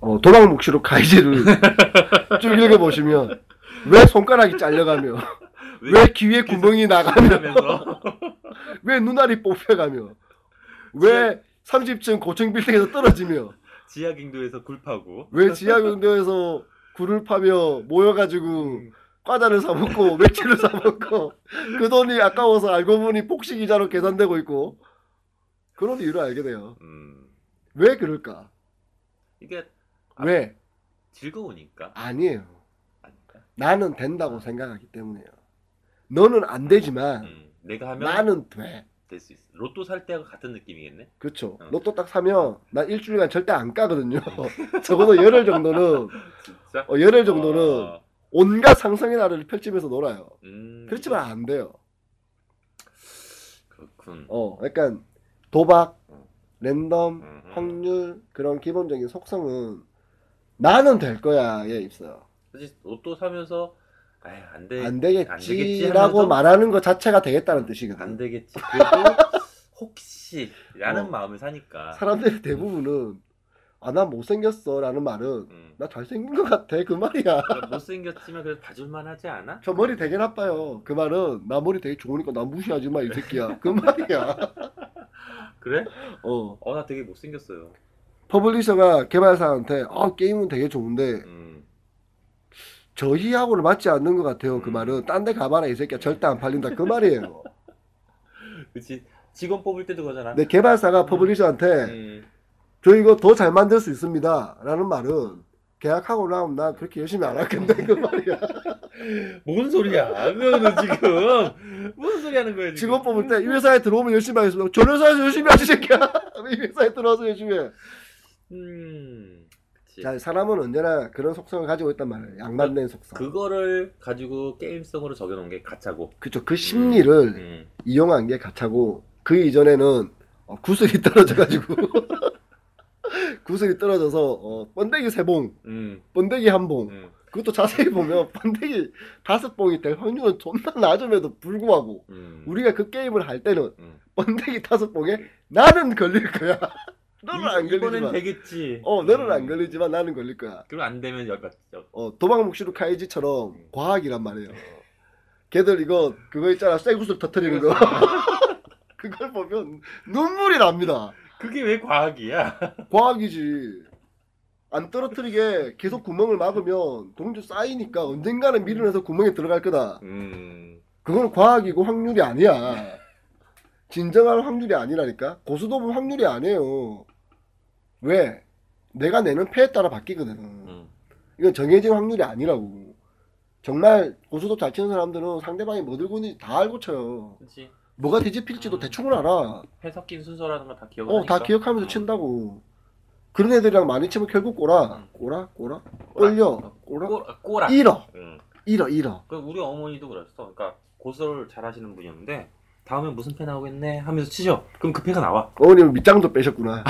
[SPEAKER 2] 어, 도랑묵시록 가이제를 *laughs* 쭉 읽어보시면 왜 손가락이 잘려가며 왜 귀에 구멍이 나가며
[SPEAKER 3] 하면서 *laughs*
[SPEAKER 2] 왜 눈알이 뽑혀가며 왜 30층 고층 빌딩에서 떨어지며
[SPEAKER 3] 지하 경도에서 굴파고.
[SPEAKER 2] 왜 지하 경도에서 굴을 파며 모여가지고
[SPEAKER 3] 음,
[SPEAKER 2] 과자를 사 먹고 맥주를 사 먹고 그 돈이 아까워서 알고 보니 복식 이자로 계산되고 있고 그런 이유를 알게 돼요.
[SPEAKER 3] 음,
[SPEAKER 2] 왜 그럴까?
[SPEAKER 3] 이게 아.
[SPEAKER 2] 왜?
[SPEAKER 3] 즐거우니까.
[SPEAKER 2] 아니에요.
[SPEAKER 3] 아닐까?
[SPEAKER 2] 나는 된다고 생각하기 때문에요. 너는 안 되지만
[SPEAKER 3] 음, 내가 하면
[SPEAKER 2] 나는 돼.
[SPEAKER 3] 될 수 있어. 로또 살 때하고 같은 느낌이겠네.
[SPEAKER 2] 그렇죠.
[SPEAKER 3] 어.
[SPEAKER 2] 로또 딱 사면 나 일주일간 절대 안 까거든요. *laughs* 적어도 열흘 정도는
[SPEAKER 3] 진짜.
[SPEAKER 2] 어, 열흘 정도는
[SPEAKER 3] 어,
[SPEAKER 2] 온갖 상상의 나를 펼치면서 놀아요.
[SPEAKER 3] 음,
[SPEAKER 2] 그렇지만 안 돼요.
[SPEAKER 3] 그렇군.
[SPEAKER 2] 어, 약간 도박,
[SPEAKER 3] 음.
[SPEAKER 2] 랜덤,
[SPEAKER 3] 음, 음.
[SPEAKER 2] 확률 그런 기본적인 속성은 나는 될 거야에 있어요.
[SPEAKER 3] 사실 로또 사면서 아이, 네. 안 돼.
[SPEAKER 2] 안
[SPEAKER 3] 되겠지
[SPEAKER 2] 되겠지라고
[SPEAKER 3] 하면서
[SPEAKER 2] 말하는 것 자체가 되겠다는
[SPEAKER 3] 안
[SPEAKER 2] 뜻이거든.
[SPEAKER 3] 되겠지. 그래도 *laughs* 혹시라는
[SPEAKER 2] 어.
[SPEAKER 3] 마음을 사니까.
[SPEAKER 2] 사람들의 대부분은 아 난 못생겼어라는 말은
[SPEAKER 3] 음.
[SPEAKER 2] 나 잘생긴 것 같아 그 말이야.
[SPEAKER 3] 그러니까 못생겼지만 그래도 봐줄만 하지 않아?
[SPEAKER 2] 저 머리 되게 나빠요. 그 말은 나 머리 되게 좋으니까 나 무시하지 마 이 새끼야. 그 *laughs* 말이야.
[SPEAKER 3] 그래?
[SPEAKER 2] 어.
[SPEAKER 3] 어 나 되게 못생겼어요.
[SPEAKER 2] 퍼블리셔가 개발사한테 아 게임은 되게 좋은데
[SPEAKER 3] 음.
[SPEAKER 2] 저희하고는 맞지 않는 것 같아요. 그 말은 딴 데 가봐라 이 새끼야 절대 안 팔린다 그 말이에요.
[SPEAKER 3] 그치 직원 뽑을 때도 그러잖아.
[SPEAKER 2] 근데 개발사가 퍼블리셔한테
[SPEAKER 3] 음.
[SPEAKER 2] 저 이거 더 잘 만들 수 있습니다라는 말은 계약하고 나면 나 그렇게 열심히 안 할 건데 그 말이야.
[SPEAKER 3] 뭔 소리야? 그거는
[SPEAKER 2] *laughs*
[SPEAKER 3] 지금 뭔 소리 하는 거야 지금?
[SPEAKER 2] *laughs* 직원 뽑을 때 이 회사에 들어오면 열심히 하겠습니다. 저 회사에서 열심히 하지 이 새끼야. *laughs* 이 회사에 들어와서 열심히 해.
[SPEAKER 3] 음. 그치.
[SPEAKER 2] 자 사람은 언제나 그런 속성을 가지고 있단 말이에요. 양반된 속성.
[SPEAKER 3] 그거를 가지고 게임성으로 적여놓은 게 가짜고.
[SPEAKER 2] 그쵸. 그 심리를
[SPEAKER 3] 음.
[SPEAKER 2] 이용한 게 가차고, 그 이전에는 어, 구슬이 *laughs* 떨어져가지고. 구슬이 떨어져서, 어, 번데기 세 봉,
[SPEAKER 3] 음.
[SPEAKER 2] 번데기 한 봉.
[SPEAKER 3] 음.
[SPEAKER 2] 그것도
[SPEAKER 3] *laughs*
[SPEAKER 2] 자세히 보면, 번데기 다섯 봉이 될 확률은 존나 낮음에도 불구하고,
[SPEAKER 3] 음.
[SPEAKER 2] 우리가 그 게임을 할 때는,
[SPEAKER 3] 음.
[SPEAKER 2] 번데기 다섯 봉에 나는 걸릴 거야. 너는 안
[SPEAKER 3] 이- 이번엔
[SPEAKER 2] 걸리지만.
[SPEAKER 3] 되겠지.
[SPEAKER 2] 어, 너는 안
[SPEAKER 3] 음.
[SPEAKER 2] 걸리지만 나는 걸릴 거야.
[SPEAKER 3] 그럼 안 되면 열받. 열-
[SPEAKER 2] 어, 도박목시루
[SPEAKER 3] 음.
[SPEAKER 2] 카이지처럼 과학이란 말이에요. 걔들 이거 그거 있잖아 쇠구슬 터트리는 거 *laughs* 그걸 보면 눈물이 납니다.
[SPEAKER 3] 그게 왜 과학이야?
[SPEAKER 2] 과학이지. 안 떨어뜨리게 계속 구멍을 막으면 동조 쌓이니까 언젠가는 밀어내서 구멍에 들어갈 거다.
[SPEAKER 3] 음.
[SPEAKER 2] 그건 과학이고 확률이 아니야. 진정한 확률이 아니라니까. 고수도분 확률이 아니에요. 왜? 내가 내는 패에 따라 바뀌거든.
[SPEAKER 3] 음.
[SPEAKER 2] 이건 정해진 확률이 아니라고. 정말 고수도 잘 치는 사람들은 상대방이 뭐 들고 있는지 다 알고 쳐요.
[SPEAKER 3] 그렇지.
[SPEAKER 2] 뭐가 뒤집힐지도 대충은 알아.
[SPEAKER 3] 해석긴 순서라는 걸 다 기억을
[SPEAKER 2] 어,
[SPEAKER 3] 하니까.
[SPEAKER 2] 다 기억하면서 친다고. 그런 애들이랑 많이 치면 결국 꼬라.
[SPEAKER 3] 응.
[SPEAKER 2] 꼬라, 꼬라, 어. 꼴려, 꼬라,
[SPEAKER 3] 꼬라. 꼬라.
[SPEAKER 2] 잃어,
[SPEAKER 3] 음.
[SPEAKER 2] 잃어, 잃어.
[SPEAKER 3] 그 우리 어머니도 그랬어. 그러니까 고소를 잘하시는 분이었는데 다음에 무슨 패 나오겠네 하면서 치죠. 그럼 그 패가 나와.
[SPEAKER 2] 어머님 밑장도 빼셨구나.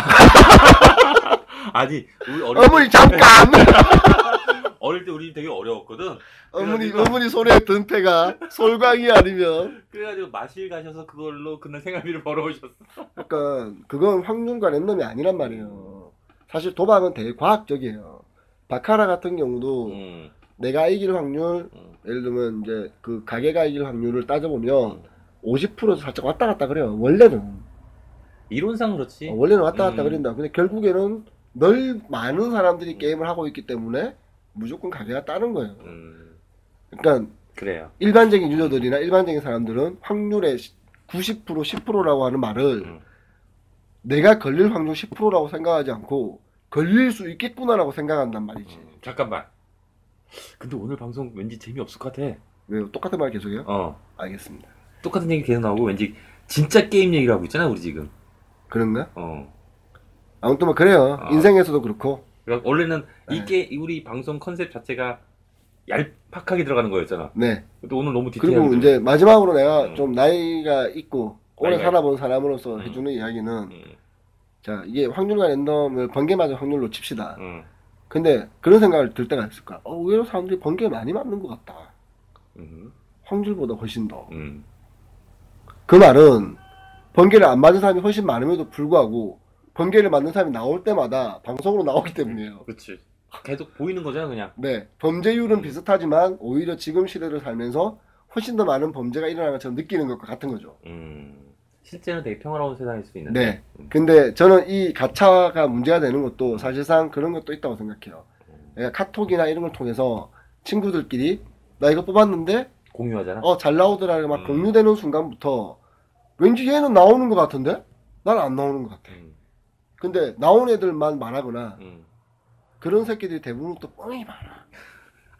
[SPEAKER 3] 아니 우리 어릴 때,
[SPEAKER 2] 어머니 *laughs* 잠깐!
[SPEAKER 3] 어릴 때 우리 되게 어려웠거든.
[SPEAKER 2] 어머니,
[SPEAKER 3] 그래가지고-
[SPEAKER 2] 어머니 손에 든 패가 솔광이 아니면
[SPEAKER 3] 그래가지고 마실 가셔서 그걸로 그날 생활비를 *laughs* 벌어오셨어.
[SPEAKER 2] 약간 그건 확률과 랜덤이 아니란 말이에요. 사실 도박은 되게 과학적이에요. 바카라 같은 경우도
[SPEAKER 3] 음,
[SPEAKER 2] 내가 이길 확률,
[SPEAKER 3] 음,
[SPEAKER 2] 예를 들면 이제 그 가게가 이길 확률을 따져보면
[SPEAKER 3] 음.
[SPEAKER 2] 50%에서 살짝 왔다 갔다 그래요. 원래는.
[SPEAKER 3] 이론상 그렇지.
[SPEAKER 2] 어, 원래는 왔다 갔다
[SPEAKER 3] 음.
[SPEAKER 2] 그린다. 근데 결국에는 널 많은 사람들이
[SPEAKER 3] 음.
[SPEAKER 2] 게임을 하고 있기 때문에 무조건 가게가 따는 거예요.
[SPEAKER 3] 음,
[SPEAKER 2] 그러니까
[SPEAKER 3] 그래요.
[SPEAKER 2] 일반적인 유저들이나 일반적인 사람들은 확률의 90% 10%라고 하는 말을
[SPEAKER 3] 음,
[SPEAKER 2] 내가 걸릴 확률 10%라고 생각하지 않고 걸릴 수 있겠구나라고 생각한단 말이지.
[SPEAKER 3] 음, 잠깐만. 근데 오늘 방송 왠지 재미없을 것 같아.
[SPEAKER 2] 왜요? 똑같은 말 계속해요?
[SPEAKER 3] 어.
[SPEAKER 2] 알겠습니다.
[SPEAKER 3] 똑같은 얘기 계속 나오고 왠지 진짜 게임 얘기를 하고 있잖아 우리 지금.
[SPEAKER 2] 그런가?
[SPEAKER 3] 어.
[SPEAKER 2] 아무튼 뭐 그래요.
[SPEAKER 3] 아.
[SPEAKER 2] 인생에서도 그렇고
[SPEAKER 3] 그러니까 원래는
[SPEAKER 2] 네.
[SPEAKER 3] 이게 우리 방송 컨셉 자체가 얄팍하게 들어가는 거였잖아.
[SPEAKER 2] 네.
[SPEAKER 3] 근데 오늘 너무 디테일하게.
[SPEAKER 2] 그리고
[SPEAKER 3] 들어가.
[SPEAKER 2] 이제 마지막으로 내가
[SPEAKER 3] 음.
[SPEAKER 2] 좀 나이가 있고 오래
[SPEAKER 3] 나이가
[SPEAKER 2] 살아본 사람으로서
[SPEAKER 3] 음.
[SPEAKER 2] 해주는 이야기는
[SPEAKER 3] 음,
[SPEAKER 2] 자, 이게 확률과 랜덤을 번개 맞은 확률로 칩시다.
[SPEAKER 3] 음,
[SPEAKER 2] 근데 그런 생각을 들 때가 있을까? 어, 의외로 사람들이 번개 많이 맞는 것 같다.
[SPEAKER 3] 음,
[SPEAKER 2] 확률보다 훨씬 더.
[SPEAKER 3] 음.
[SPEAKER 2] 그 말은 번개를 안 맞은 사람이 훨씬 많음에도 불구하고 번개를 맞는 사람이 나올 때마다 방송으로 나오기 때문이에요.
[SPEAKER 3] 그렇지. 계속 보이는 거잖아 그냥.
[SPEAKER 2] 네, 범죄율은 비슷하지만 오히려 지금 시대를 살면서 훨씬 더 많은 범죄가 일어나는 것처럼 느끼는 것과 같은 거죠.
[SPEAKER 3] 음. 실제는 되게 평화로운 세상일 수 있는데.
[SPEAKER 2] 네. 근데 저는 이 가차가 문제가 되는 것도 사실상 그런 것도 있다고 생각해요. 예,
[SPEAKER 3] 음.
[SPEAKER 2] 내가 카톡이나 이런 걸 통해서 친구들끼리 나 이거 뽑았는데
[SPEAKER 3] 공유하잖아.
[SPEAKER 2] 어 잘 나오더라 막
[SPEAKER 3] 음.
[SPEAKER 2] 공유되는 순간부터 왠지 얘는 나오는 것 같은데 난 안 나오는 것 같아.
[SPEAKER 3] 음,
[SPEAKER 2] 근데 나온 애들만 말하거나
[SPEAKER 3] 음.
[SPEAKER 2] 그런 새끼들이 대부분 또 뻥이 많아.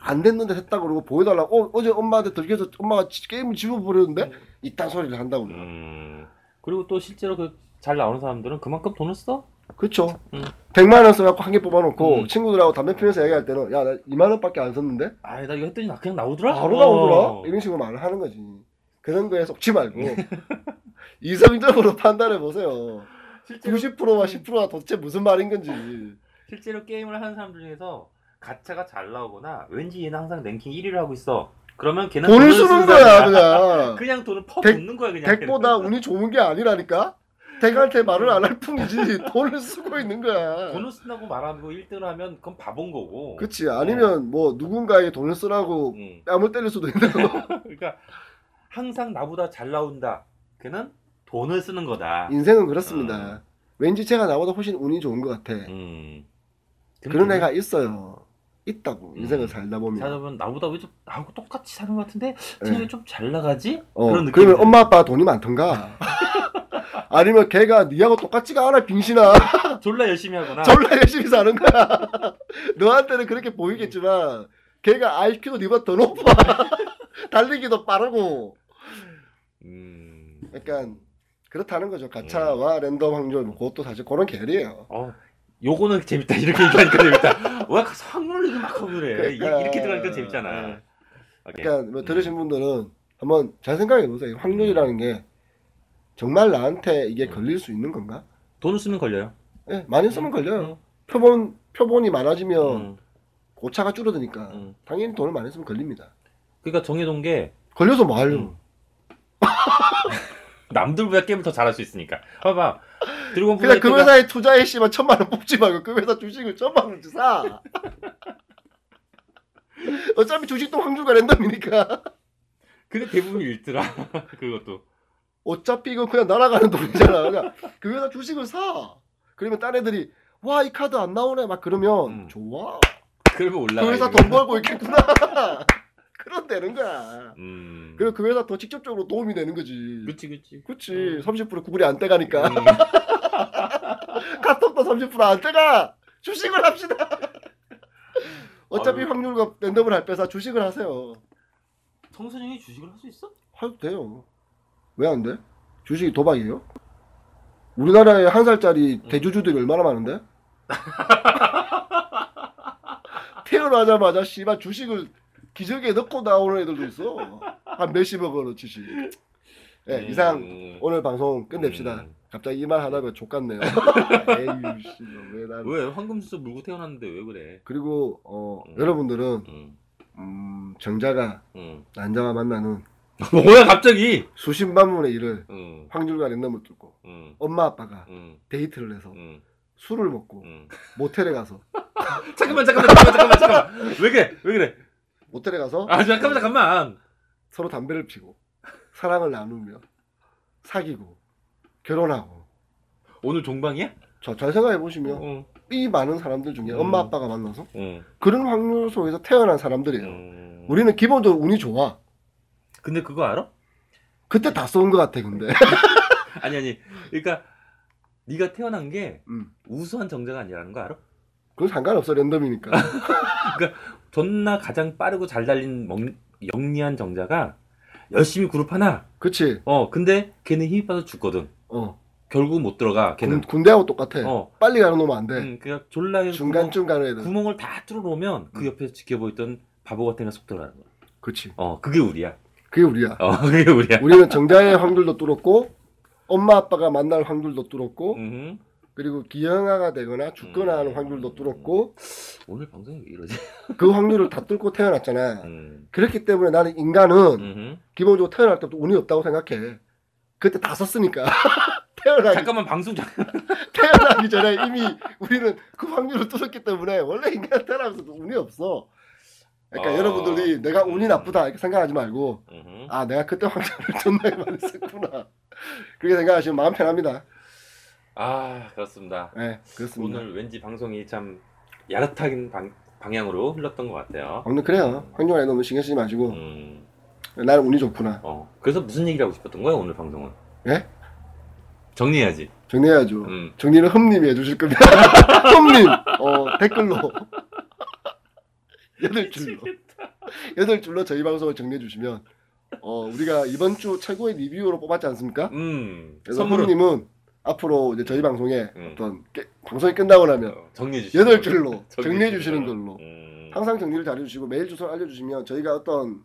[SPEAKER 2] 안 됐는데 했다 그러고 보여달라고 어, 어제 엄마한테 들켜서 엄마가 지- 게임을 집어버렸는데 이딴 소리를 한다고 요
[SPEAKER 3] 음. 그리고 또 실제로 그 잘 나오는 사람들은 그만큼 돈을 써.
[SPEAKER 2] 그렇죠
[SPEAKER 3] 음.
[SPEAKER 2] 100만 원 써갖고 한 개 뽑아놓고
[SPEAKER 3] 음.
[SPEAKER 2] 친구들하고 담배 피면서 얘기할 때는 야 나 2만 원밖에 안 썼는데
[SPEAKER 3] 아, 나 이거 했더니 나 그냥 나오더라.
[SPEAKER 2] 바로
[SPEAKER 3] 어.
[SPEAKER 2] 나오더라 이런 식으로 말을 하는 거지 그런 거에 속지 말고 *laughs* 이성적으로 판단해 보세요
[SPEAKER 3] 실제로
[SPEAKER 2] 90%와 10%가 도대체 무슨 말인 건지
[SPEAKER 3] 실제로 게임을 하는 사람들 중에서 가차가 잘 나오거나 왠지 얘는 항상 랭킹 1위를 하고 있어. 그러면 걔는
[SPEAKER 2] 돈을
[SPEAKER 3] 쓰는
[SPEAKER 2] 쓰는
[SPEAKER 3] 사람이야.
[SPEAKER 2] 거야
[SPEAKER 3] *laughs*
[SPEAKER 2] 그냥
[SPEAKER 3] 그냥 돈을 퍼
[SPEAKER 2] 백-
[SPEAKER 3] 붓는 거야 그냥.
[SPEAKER 2] 덱보다 운이 좋은 게 아니라니까. 덱한테 말을 안 할 뿐이지 *laughs* 돈을 쓰고 있는 거야.
[SPEAKER 3] 돈을 쓴다고 말하고 1등을 하면 그건 바본 거고.
[SPEAKER 2] 그치 아니면 뭐 누군가에게 돈을 쓰라고
[SPEAKER 3] 음.
[SPEAKER 2] 뺨을 때릴 수도 있는 거.
[SPEAKER 3] 그러니까 항상 나보다 잘 나온다. 걔는 돈을 쓰는 거다.
[SPEAKER 2] 인생은 그렇습니다.
[SPEAKER 3] 음.
[SPEAKER 2] 왠지 제가 나보다 훨씬 운이 좋은 것 같아.
[SPEAKER 3] 음.
[SPEAKER 2] 그런 애가 있어요. 있다고
[SPEAKER 3] 음.
[SPEAKER 2] 인생을 살다 보면.
[SPEAKER 3] 사다 보면 나보다 왜 좀 나하고 똑같이 사는 것 같은데
[SPEAKER 2] 예.
[SPEAKER 3] 쟤는 좀잘 나가지?
[SPEAKER 2] 어,
[SPEAKER 3] 그런 느낌.
[SPEAKER 2] 그러면 엄마 아빠 돈이 많던가. *laughs* 아니면 걔가 니하고 똑같지가 않아 빙신아.
[SPEAKER 3] 졸라 열심히 하거나.
[SPEAKER 2] *laughs* 졸라 열심히 사는 거야. *laughs* 너한테는 그렇게 보이겠지만 걔가 IQ도 니보다 더 높아. *laughs* 달리기도 빠르고.
[SPEAKER 3] 음.
[SPEAKER 2] 약간 그렇다는 거죠. 가차와 랜덤 확률 뭐 그것도 사실 그런 계리예요.
[SPEAKER 3] 어, 요거는 재밌다. 이렇게 얘기하니까 재밌다.
[SPEAKER 2] *laughs*
[SPEAKER 3] 왜 확률을 이렇게 막 확률해?
[SPEAKER 2] 그러니까. 네.
[SPEAKER 3] 이렇게 들어가니까 재밌잖아. 오케이.
[SPEAKER 2] 그러니까 뭐
[SPEAKER 3] 예.
[SPEAKER 2] 들으신 분들은 한번 잘 생각해 보세요. 확률이라는 게 정말 나한테 이게
[SPEAKER 3] 음.
[SPEAKER 2] 걸릴 수 있는 건가?
[SPEAKER 3] 돈을 쓰면 걸려요.
[SPEAKER 2] 예, 많이 쓰면 걸려요. 어. 표본 표본이 많아지면
[SPEAKER 3] 음,
[SPEAKER 2] 오차가 줄어드니까
[SPEAKER 3] 음.
[SPEAKER 2] 당연히 돈을 많이 쓰면 걸립니다.
[SPEAKER 3] 그러니까 정해놓은 게
[SPEAKER 2] 걸려서 뭐 하려고?
[SPEAKER 3] 음. *laughs* 남들보다 게임을 더 잘할 수 있으니까. 봐봐. 드래곤
[SPEAKER 2] 그냥 그
[SPEAKER 3] 플레이트가
[SPEAKER 2] 회사에 투자해 씨만 천만 원 뽑지 말고 그 회사 주식을 천만 원치 사. *laughs* 어차피 주식도 확률과 랜덤이니까
[SPEAKER 3] 근데 대부분 읽더라. *laughs* 그것도.
[SPEAKER 2] 어차피 이건 그냥 날아가는 돈이잖아. 그냥 그 회사 주식을 사. 그러면 딴 애들이 와 이 카드 안 나오네 막 그러면
[SPEAKER 3] 음.
[SPEAKER 2] 좋아.
[SPEAKER 3] 그러면 올라가.
[SPEAKER 2] 그 회사 돈 벌고 있겠구나. *laughs* 그럼 되는 거야.
[SPEAKER 3] 음.
[SPEAKER 2] 그리고 그 회사 더 직접적으로 도움이 되는 거지.
[SPEAKER 3] 그치 그치.
[SPEAKER 2] 그치.
[SPEAKER 3] 음.
[SPEAKER 2] 30% 구글이 안 떼가니까.
[SPEAKER 3] 음.
[SPEAKER 2] *laughs* 카톡도 30%안 떼가 주식을 합시다. *laughs* 어차피
[SPEAKER 3] 아유.
[SPEAKER 2] 확률과 랜덤을 할 빼서 주식을 하세요.
[SPEAKER 3] 청소년이 주식을 할 수 있어?
[SPEAKER 2] 해도 돼요. 왜 안 돼? 주식이 도박이에요? 우리나라에 한 살짜리
[SPEAKER 3] 음.
[SPEAKER 2] 대주주들이 얼마나 많은데? *laughs* 태어나자마자 씨발 주식을 기저귀에 넣고 나오는 애들도 있어. 한 몇십억으로 주식. 예,
[SPEAKER 3] 음.
[SPEAKER 2] 이상 오늘 방송 끝냅시다.
[SPEAKER 3] 음.
[SPEAKER 2] 갑자기 이 말 하다가
[SPEAKER 3] *laughs*
[SPEAKER 2] 족같네요. 에이 씨, 왜 난?
[SPEAKER 3] 왜 황금수저 물고 태어났는데 왜 그래?
[SPEAKER 2] 그리고 어,
[SPEAKER 3] 음.
[SPEAKER 2] 여러분들은
[SPEAKER 3] 음.
[SPEAKER 2] 음, 정자가
[SPEAKER 3] 음.
[SPEAKER 2] 난자와 만나는
[SPEAKER 3] 뭐야 갑자기?
[SPEAKER 2] 수십 만분의 일을
[SPEAKER 3] 음.
[SPEAKER 2] 확률과 랜덤을 뚫고
[SPEAKER 3] 음.
[SPEAKER 2] 엄마 아빠가
[SPEAKER 3] 음.
[SPEAKER 2] 데이트를 해서
[SPEAKER 3] 음.
[SPEAKER 2] 술을 먹고
[SPEAKER 3] 음.
[SPEAKER 2] 모텔에 가서
[SPEAKER 3] 잠깐만 잠깐만 잠깐만 잠깐만 잠깐만 왜 그래 왜 그래
[SPEAKER 2] 모텔에 가서
[SPEAKER 3] 아 잠깐만 잠깐만
[SPEAKER 2] 서로 담배를 피고 사랑을 나누며 사귀고 결혼하고
[SPEAKER 3] 오늘 종방이야?
[SPEAKER 2] 자, 잘 생각해 보시면
[SPEAKER 3] 응.
[SPEAKER 2] 이 많은 사람들 중에
[SPEAKER 3] 음.
[SPEAKER 2] 엄마 아빠가 만나서
[SPEAKER 3] 응.
[SPEAKER 2] 그런 확률 속에서 태어난 사람들이에요.
[SPEAKER 3] 음.
[SPEAKER 2] 우리는 기본적으로 운이 좋아.
[SPEAKER 3] 근데 그거 알아?
[SPEAKER 2] 그때 다 쏜 것 같아
[SPEAKER 3] 음.
[SPEAKER 2] 근데.
[SPEAKER 3] 아니 아니 그러니까 네가 태어난 게
[SPEAKER 2] 음.
[SPEAKER 3] 우수한 정자가 아니라는 거 알아?
[SPEAKER 2] 그건 상관없어 랜덤이니까.
[SPEAKER 3] 존나 가장 빠르고 잘 달린 멍, 영리한 정자가 열심히 그룹 하나
[SPEAKER 2] 그치?
[SPEAKER 3] 어 근데 걔는 힘이 빠져 죽거든
[SPEAKER 2] 어.
[SPEAKER 3] 결국 못 들어가
[SPEAKER 2] 군,
[SPEAKER 3] 걔는
[SPEAKER 2] 군대하고 똑같아.
[SPEAKER 3] 어
[SPEAKER 2] 빨리 가는 놈은 안 돼.
[SPEAKER 3] 응, 그냥 졸라 해서
[SPEAKER 2] 네. 중간쯤 가는
[SPEAKER 3] 구멍,
[SPEAKER 2] 애들.
[SPEAKER 3] 구멍을 다 뚫어 놓으면
[SPEAKER 2] 음.
[SPEAKER 3] 그 옆에 지켜보고 있던 바보 같은 애가 속 들어가는 거야
[SPEAKER 2] 그치.
[SPEAKER 3] 어 그게 우리야
[SPEAKER 2] 그게 우리야.
[SPEAKER 3] 어 *laughs* 그게 우리야
[SPEAKER 2] 우리는 정자의 확률도 뚫었고, 엄마 아빠가 만날 확률도 뚫었고,
[SPEAKER 3] 음.
[SPEAKER 2] 그리고 기형아가 되거나 죽거나 하는
[SPEAKER 3] 음.
[SPEAKER 2] 확률도 뚫었고,
[SPEAKER 3] 오늘 방송이 왜 이러지?
[SPEAKER 2] 그 확률을 다 뚫고 태어났잖아.
[SPEAKER 3] 음.
[SPEAKER 2] 그렇기 때문에 나는 인간은
[SPEAKER 3] 음흠.
[SPEAKER 2] 기본적으로 태어날 때부터 운이 없다고 생각해. 그때 다 썼으니까. *laughs* 태어나기,
[SPEAKER 3] 잠깐만 방송 잠깐
[SPEAKER 2] 태어나기 전에 이미 우리는 그 확률을 뚫었기 때문에 원래 인간 태어나면서 운이 없어. 그러니까
[SPEAKER 3] 어.
[SPEAKER 2] 여러분들이 내가 운이 나쁘다 이렇게 생각하지 말고
[SPEAKER 3] 음흠.
[SPEAKER 2] 아 내가 그때 황자를 존나게 많이 썼구나 그렇게 생각하시면 마음 편합니다
[SPEAKER 3] 아 그렇습니다
[SPEAKER 2] 예 그렇습니다
[SPEAKER 3] 오늘 왠지 방송이 참 야릇하긴 방, 방향으로 흘렀던 것 같아요.
[SPEAKER 2] 아무튼 그래요. 환경에 너무 신경 쓰지 마시고
[SPEAKER 3] 음,
[SPEAKER 2] 나는 운이 좋구나.
[SPEAKER 3] 어. 그래서 무슨 얘기를 하고 싶었던 거야 오늘 방송은?
[SPEAKER 2] 예?
[SPEAKER 3] 정리해야지.
[SPEAKER 2] 정리해야죠.
[SPEAKER 3] 음.
[SPEAKER 2] 정리는 흠님이
[SPEAKER 3] *laughs*
[SPEAKER 2] 해주실 겁니다. 흠님 어, 댓글로 여덟 줄로 여덟 줄로 저희 방송을 정리해 주시면 어, 우리가 이번 주 최고의 리뷰로 뽑았지 않습니까?
[SPEAKER 3] 음.
[SPEAKER 2] 그래서
[SPEAKER 3] 선물은
[SPEAKER 2] 흠님은 앞으로 이제 저희 방송에
[SPEAKER 3] 음.
[SPEAKER 2] 어떤 깨- 방송이 끝나고 나면
[SPEAKER 3] 어, 정리해 주시.
[SPEAKER 2] 여덟 줄로 정리해 주시는 걸로
[SPEAKER 3] 음.
[SPEAKER 2] 항상 정리를 잘해주시고 메일 주소를 알려주시면 저희가 어떤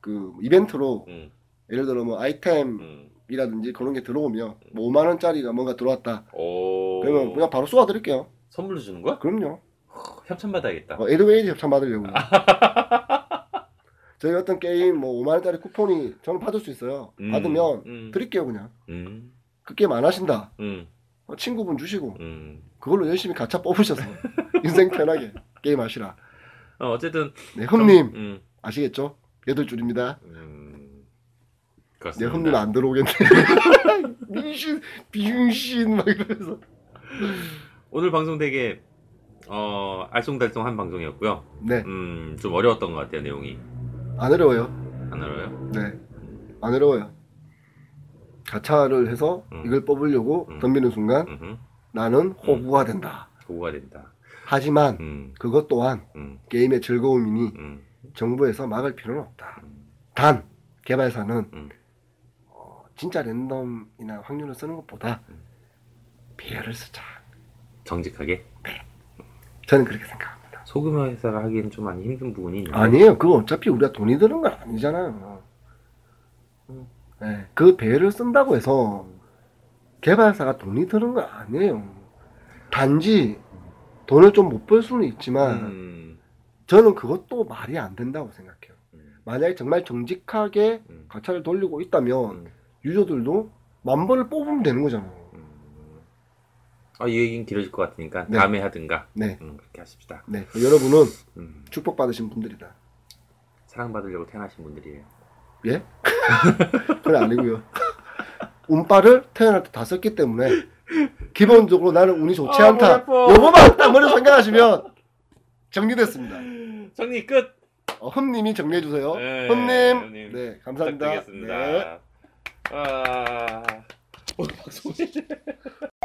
[SPEAKER 2] 그 이벤트로
[SPEAKER 3] 음.
[SPEAKER 2] 예를 들어 뭐 아이템이라든지
[SPEAKER 3] 음.
[SPEAKER 2] 그런 게 들어오면 뭐 5만 원짜리가 뭔가 들어왔다
[SPEAKER 3] 오.
[SPEAKER 2] 그러면 그냥 바로 쏘아드릴게요
[SPEAKER 3] 선물로 주는 거야?
[SPEAKER 2] 그럼요
[SPEAKER 3] 크, 협찬 받아야겠다.
[SPEAKER 2] 어, 에드웨이즈
[SPEAKER 3] *laughs*
[SPEAKER 2] 협찬 받으려고 저희 어떤 게임 뭐 5만 원짜리 쿠폰이 저는 받을 수 있어요
[SPEAKER 3] 음.
[SPEAKER 2] 받으면
[SPEAKER 3] 음.
[SPEAKER 2] 드릴게요 그냥
[SPEAKER 3] 음.
[SPEAKER 2] 그 게임 안 하신다
[SPEAKER 3] 음.
[SPEAKER 2] 어, 친구분 주시고
[SPEAKER 3] 음.
[SPEAKER 2] 그걸로 열심히
[SPEAKER 3] *laughs*
[SPEAKER 2] 가차 뽑으셔서 인생 편하게 게임 하시라
[SPEAKER 3] 어, 어쨌든
[SPEAKER 2] 네 흠님
[SPEAKER 3] 정- 음.
[SPEAKER 2] 아시겠죠? 여덟 줄입니다
[SPEAKER 3] 음.
[SPEAKER 2] 내
[SPEAKER 3] 그렇습니다.
[SPEAKER 2] 흠님 안 들어오겠네. *laughs* 미신, 비응신 막 이러면서.
[SPEAKER 3] 오늘 방송 되게 어, 알쏭달쏭한 방송이었고요.
[SPEAKER 2] 네,
[SPEAKER 3] 음, 좀 어려웠던 것 같아요, 내용이.
[SPEAKER 2] 안 어려워요.
[SPEAKER 3] 하나로요.
[SPEAKER 2] 네, 안 어려워요. 가차를 해서
[SPEAKER 3] 음.
[SPEAKER 2] 이걸 뽑으려고
[SPEAKER 3] 음.
[SPEAKER 2] 덤비는 순간
[SPEAKER 3] 음흠. 음.
[SPEAKER 2] 나는 호구가 된다.
[SPEAKER 3] 보고가 된다.
[SPEAKER 2] 하지만
[SPEAKER 3] 음,
[SPEAKER 2] 그것 또한
[SPEAKER 3] 음,
[SPEAKER 2] 게임의 즐거움이니
[SPEAKER 3] 음,
[SPEAKER 2] 정부에서 막을 필요는 없다.
[SPEAKER 3] 음.
[SPEAKER 2] 단 개발사는
[SPEAKER 3] 음.
[SPEAKER 2] 어, 진짜 랜덤이나 확률을 쓰는 것보다
[SPEAKER 3] 음.
[SPEAKER 2] 배열을 쓰자.
[SPEAKER 3] 정직하게
[SPEAKER 2] 저는 그렇게 생각합니다.
[SPEAKER 3] 소규모 회사가 하기엔 좀 많이 힘든 부분이 있는데.
[SPEAKER 2] 아니에요. 그거 어차피 우리가 돈이 드는 건 아니잖아요.
[SPEAKER 3] 음.
[SPEAKER 2] 네, 그 배를 쓴다고 해서 개발사가 돈이 드는 건 아니에요. 단지 돈을 좀 못 벌 수는 있지만
[SPEAKER 3] 음,
[SPEAKER 2] 저는 그것도 말이 안 된다고 생각해요.
[SPEAKER 3] 음,
[SPEAKER 2] 만약에 정말 정직하게
[SPEAKER 3] 음,
[SPEAKER 2] 가차를 돌리고 있다면
[SPEAKER 3] 음,
[SPEAKER 2] 유저들도 만번을 뽑으면 되는 거잖아요.
[SPEAKER 3] 음. 아, 이 얘기는 길어질 것 같으니까
[SPEAKER 2] 네.
[SPEAKER 3] 다음에 하든가.
[SPEAKER 2] 네.
[SPEAKER 3] 음, 그렇게 하십시다.
[SPEAKER 2] 네, 여러분은
[SPEAKER 3] 음,
[SPEAKER 2] 축복받으신 분들이다.
[SPEAKER 3] 사랑받으려고 태어나신 분들이에요.
[SPEAKER 2] 그건 아니고요. 운빨을 태어날 때 다 썼기 때문에 기본적으로 나는 운이 좋지
[SPEAKER 3] 아,
[SPEAKER 2] 않다.
[SPEAKER 3] 머리 아파.
[SPEAKER 2] 요거만 딱 머리 생각하시면 정리됐습니다.
[SPEAKER 3] 정리 끝.
[SPEAKER 2] 어, 흠님이 정리해 주세요.
[SPEAKER 3] 네,
[SPEAKER 2] 흠님.
[SPEAKER 3] 흠님.
[SPEAKER 2] 네, 감사합니다.
[SPEAKER 3] 부탁드리겠습니다. 아, 오늘 방송